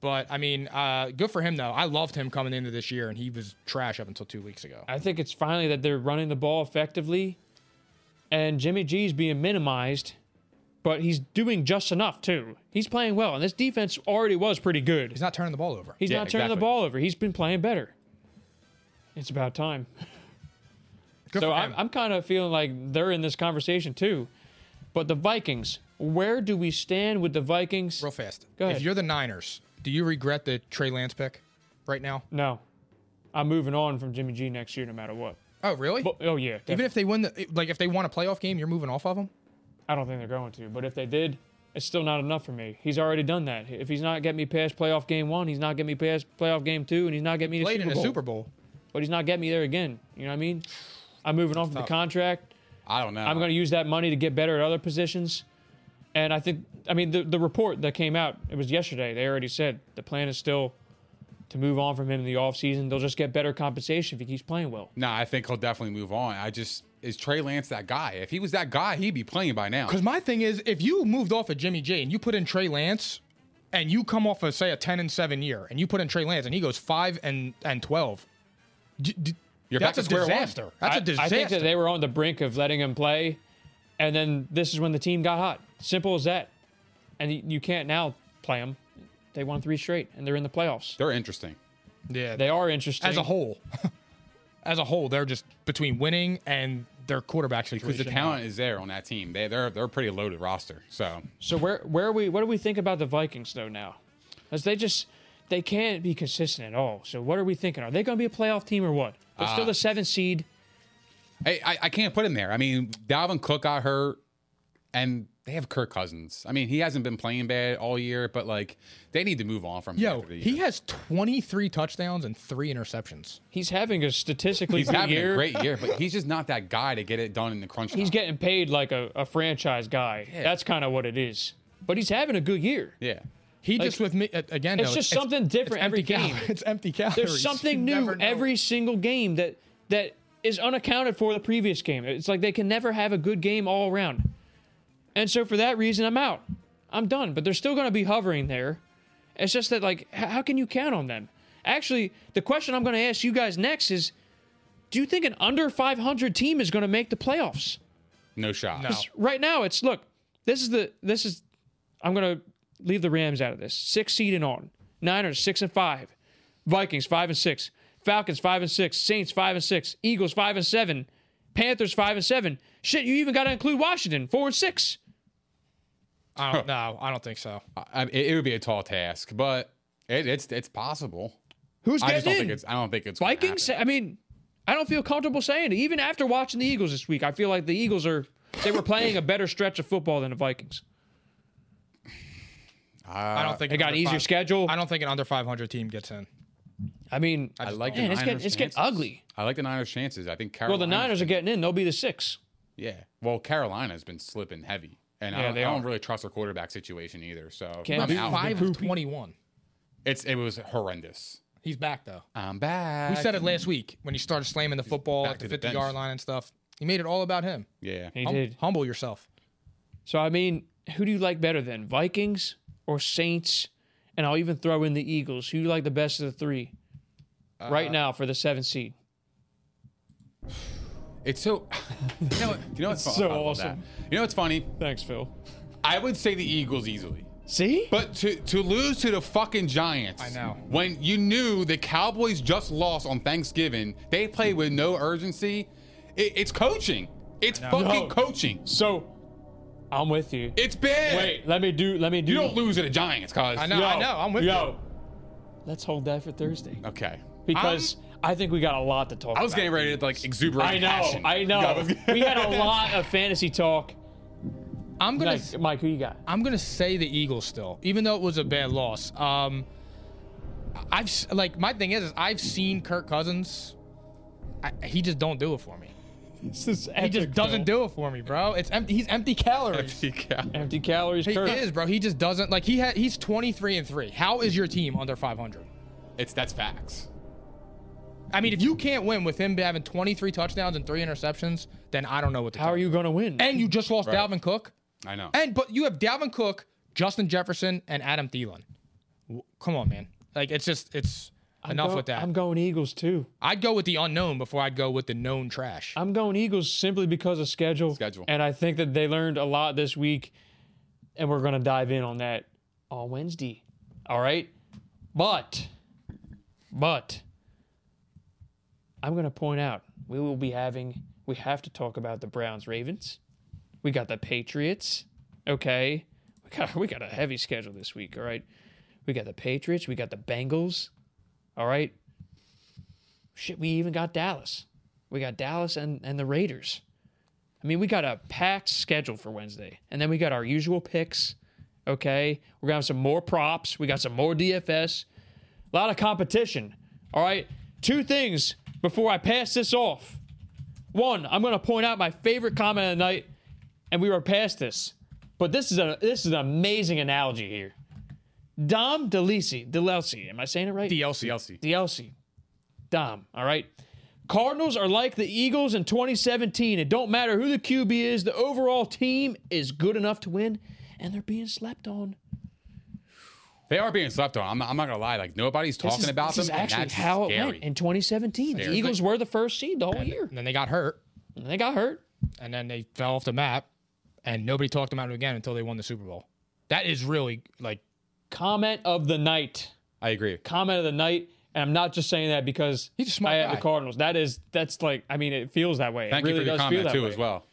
But I mean, uh, good for him though. I loved him coming into this year, and he was trash up until two weeks ago. I think it's finally that they're running the ball effectively, and Jimmy G's being minimized, but he's doing just enough too. He's playing well, and this defense already was pretty good. He's not turning the ball over. He's Yeah, not turning the exactly. ball over. He's been playing better. It's about time. Good so for I'm, him. I'm kind of feeling like they're in this conversation too. But the Vikings, where do we stand with the Vikings? real fast. Go ahead. If you're the Niners, do you regret the Trey Lance pick right now? No, I'm moving on from Jimmy G next year, no matter what. Oh, really? But, oh yeah, Even if they win the like, if they won a playoff game, you're moving off of them. I don't think they're going to. But if they did, it's still not enough for me. He's already done that. If he's not getting me past playoff game one, he's not getting me past playoff game two, and he's not getting me to Played Super in a Bowl. Super Bowl. But he's not getting me there again. You know what I mean? I'm moving off of the contract. I don't know. I'm going to use that money to get better at other positions. And I think, I mean, the, the report that came out, it was yesterday. They already said the plan is still to move on from him in the offseason. They'll just get better compensation if he keeps playing well. No, I think he'll definitely move on. I just is Trey Lance that guy. If he was that guy, he'd be playing by now. Because my thing is, if you moved off of Jimmy J and you put in Trey Lance, and you come off of say a 10 and seven year, and you put in Trey Lance and he goes five and and 12, d- d- You're back that's to a square one. disaster. That's I a disaster. I think that they were on the brink of letting him play, and then this is when the team got hot. Simple as that. And y- you can't now play him. They won three straight, and they're in the playoffs. They're interesting. yeah, They are interesting. as a whole. as a whole, they're just between winning and their quarterback situation. Because the talent is there on that team. They they're they're a pretty loaded roster. So So where where are we? What do we think about the Vikings though now? As they just they can't be consistent at all. So what are we thinking? Are they going to be a playoff team or what? Ah. They're still the seventh seed. I, I, I can't put him there. I mean, Dalvin Cook got hurt, and they have Kirk Cousins. I mean, he hasn't been playing bad all year, but like they need to move on from him. Yo, after the he uh, year. has 23 touchdowns and three interceptions. He's having a statistically he's good having year. a great year, but he's just not that guy to get it done in the crunch. He's time. getting paid like a, a franchise guy. That's kind of what it is. But he's having a good year. yeah. He just with me uh, again. It's though, just something different every empty cal- game. it's empty calories. There's something You new never know. every single game that that is unaccounted for the previous game. It's like they can never have a good game all around. And so for that reason, I'm out. I'm done. But they're still going to be hovering there. It's just that like h- how can you count on them? Actually, the question I'm going to ask you guys next is do you think an under 500 team is going to make the playoffs? No shot. No. Right now it's look, this is the this is I'm going to leave the Rams out of this. 6 seed and on. Niners six and five, Vikings five and six, Falcons five and six, Saints five and six, Eagles five and seven, Panthers five and seven. Shit, you even got to include Washington four and six. I don't know. I don't think so. I, it, it would be a tall task, but it, it's it's possible. Who's I getting just don't in? think it's. I don't think it's gonna Vikings. happen. I mean, I don't feel comfortable saying it. Even after watching the Eagles this week, I feel like the Eagles are they were playing a better stretch of football than the Vikings. I don't think They an Uh, got an under easier five- schedule. I don't think an under 500 team gets in. I mean, I like the man, it's Niners. getting it's getting chances. ugly. I like the Niners' chances. I think Well, Carolina. the Niners are getting in. They'll be the six. Yeah. Well, Carolina's been slipping heavy, and I, Yeah, don't, they I don't are. really trust their quarterback situation either. So Cam I'm Newton- out. Five of 21. It's it was horrendous. He's back though. I'm back. We said it last week when he started slamming the football back at the to the 50 bench. yard line and stuff. He made it all about him. Yeah. He Hum- did. humble yourself. So I mean, who do you like better then, Vikings or Saints? And I'll even throw in the Eagles. Who do you like the best of the three right now for the seventh seed? It's so. you know what? You know what's fu- so I love that. awesome. You know what's funny? Thanks, Phil. I would say the Eagles easily. See, But to to lose to the fucking Giants, I know. When you knew the Cowboys just lost on Thanksgiving, they played with no urgency. It, it's coaching. It's fucking No. coaching. so I'm with you. It's bad. Wait, let me do. Let me do. you don't lose to the Giants, cause I know. I know. I'm with you. Yo, let's hold that for Thursday Okay. because i think we got a lot to talk. I was about. getting ready to like exuberate. I know. passion. I Yeah, know. was- we had a lot of fantasy talk. I'm gonna Nice. Mike, who you got? I'm gonna say the Eagles still, even though it was a bad loss. Um, I've s- like my thing is, is I've seen Kirk Cousins. I, he just don't do it for me. This is He just doesn't do it for me, bro. It's empty. He's empty calories. Empty cow. Empty calories. He Kirk. is, bro. He just doesn't like. He had. He's 23 and three. How is your team under 500? It's that's facts. I mean, if you can't win with him having 23 touchdowns and three interceptions, then I don't know what to. How tell are you gonna win? And you just lost Dalvin Cook. I know. And but you have Dalvin Cook, Justin Jefferson, and Adam Thielen. W- Come on, man. Like it's just it's enough Go- with that. I'm going Eagles too. I'd go with the unknown before I'd go with the known trash. I'm going Eagles simply because of schedule. Schedule. And I think that they learned a lot this week, and we're gonna dive in on that on Wednesday. All right. But, but, I'm gonna point out we will be having we have to talk about the Browns Ravens. We got the Patriots. Okay. We got we got a heavy schedule this week. All right. We got the Patriots. We got the Bengals. All right. Shit, we even got Dallas. We got Dallas and, and the Raiders. I mean, we got a packed schedule for Wednesday. And then we got our usual picks. Okay. We're going to have some more props. We got some more DFS. A lot of competition. All right. Two things before I pass this off. One, I'm going to point out my favorite comment of the night, and we were past this. But this is a this is an amazing analogy here. Dom DeLisi, DeLelsi, am I saying it right? DLC. DLC. DLC. Dom, all right? Cardinals are like the Eagles in 2017. It don't matter who the QB is, the overall team is good enough to win, and they're being slept on. They are being slept on. I'm not, I'm not gonna lie. Like nobody's This talking is- about this them. is and actually that's how scary. it went in 2017. Scary. The Eagles were the first seed the whole year. And then they got hurt, And they got hurt. and then they fell off the map, and nobody talked about it again until they won the Super Bowl. That is really like Comment of the night. I agree. Comment of the night. And I'm not just saying that because He's a smart I have the guy. Cardinals. That is, that's like, I mean, it feels that way. It Thank really you for your does feel comment that too, way. as well.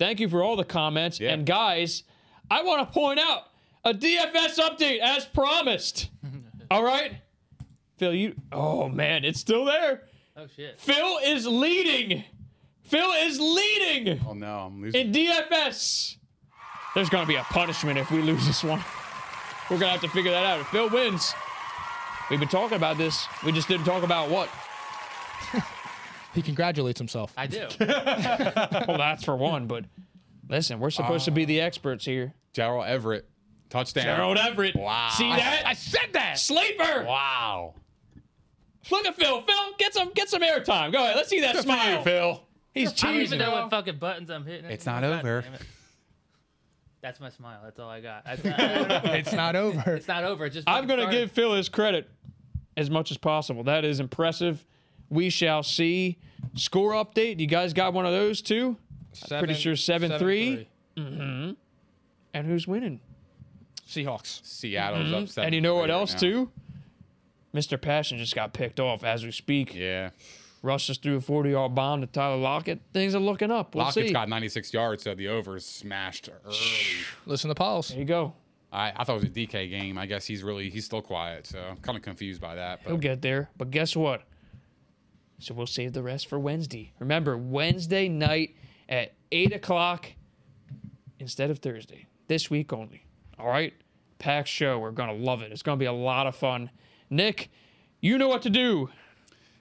Thank you for all the comments. Yeah. And guys, I want to point out a DFS update as promised. all right? Phil, you. Oh, man, it's still there. Oh shit. Phil is leading. Phil is leading Oh no, I'm losing. in DFS. There's going to be a punishment if we lose this one. We're going to have to figure that out. If Phil wins, we've been talking about this. We just didn't talk about what? he congratulates himself. I do. Well, that's for one, but listen, we're supposed to be the experts here. Gerald Everett touchdown. Gerald Everett. Wow. See that? I said that. Sleeper. Wow. Look at Phil. Phil, get some get some airtime. Go ahead. Let's see that smile. Phil. He's I don't even cheesing. know what fucking buttons I'm hitting. It's not God over. damn it. That's my smile. That's all I got. That's not, I don't know. it's not over. It's not over. It Just I'm fucking gonna started. give Phil his credit as much as possible. That is impressive. We shall see. Score update. You guys got one of those too? Seven, sure 7-3. And who's winning? Seahawks. Seattle's upset. Mm-hmm. And you know what else too? Mr. Passion just got picked off as we speak. Yeah. Russ just threw a 40 yard bomb to Tyler Lockett. Things are looking up. We'll Lockett's see. got 96 yards, so the over is smashed early. Listen to Pauls. there you go. I, I thought it was a DK game. I guess he's really he's still quiet, so I'm kind of confused by that. He'll But get there. But guess what? So we'll save the rest for Wednesday. Remember, Wednesday night at 8 o'clock instead of Thursday. This week only. All right? Packed show. We're going to love it. It's going to be a lot of fun. Nick, you know what to do.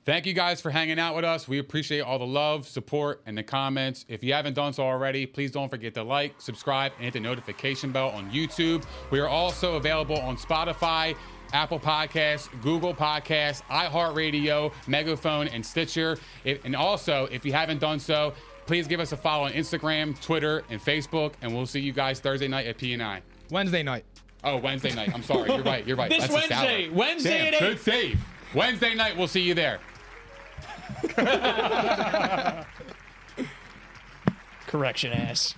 thank you guys for hanging out with us. We appreciate all the love, support, and the comments. If you haven't done so already, please don't forget to like, subscribe, and hit the notification bell on YouTube. We are also available on Spotify. Apple Podcasts, Google Podcasts, iHeartRadio, Megaphone, and Stitcher. If, and also, if you haven't done so, please give us a follow on Instagram, Twitter, and Facebook. And we'll see you guys Thursday night at P&I. Wednesday night. Oh, Wednesday night. I'm sorry. You're right. You're right. This That's this Wednesday. hour. Wednesday Damn, at Good eight. save. Wednesday night. We'll see you there. Correction ass.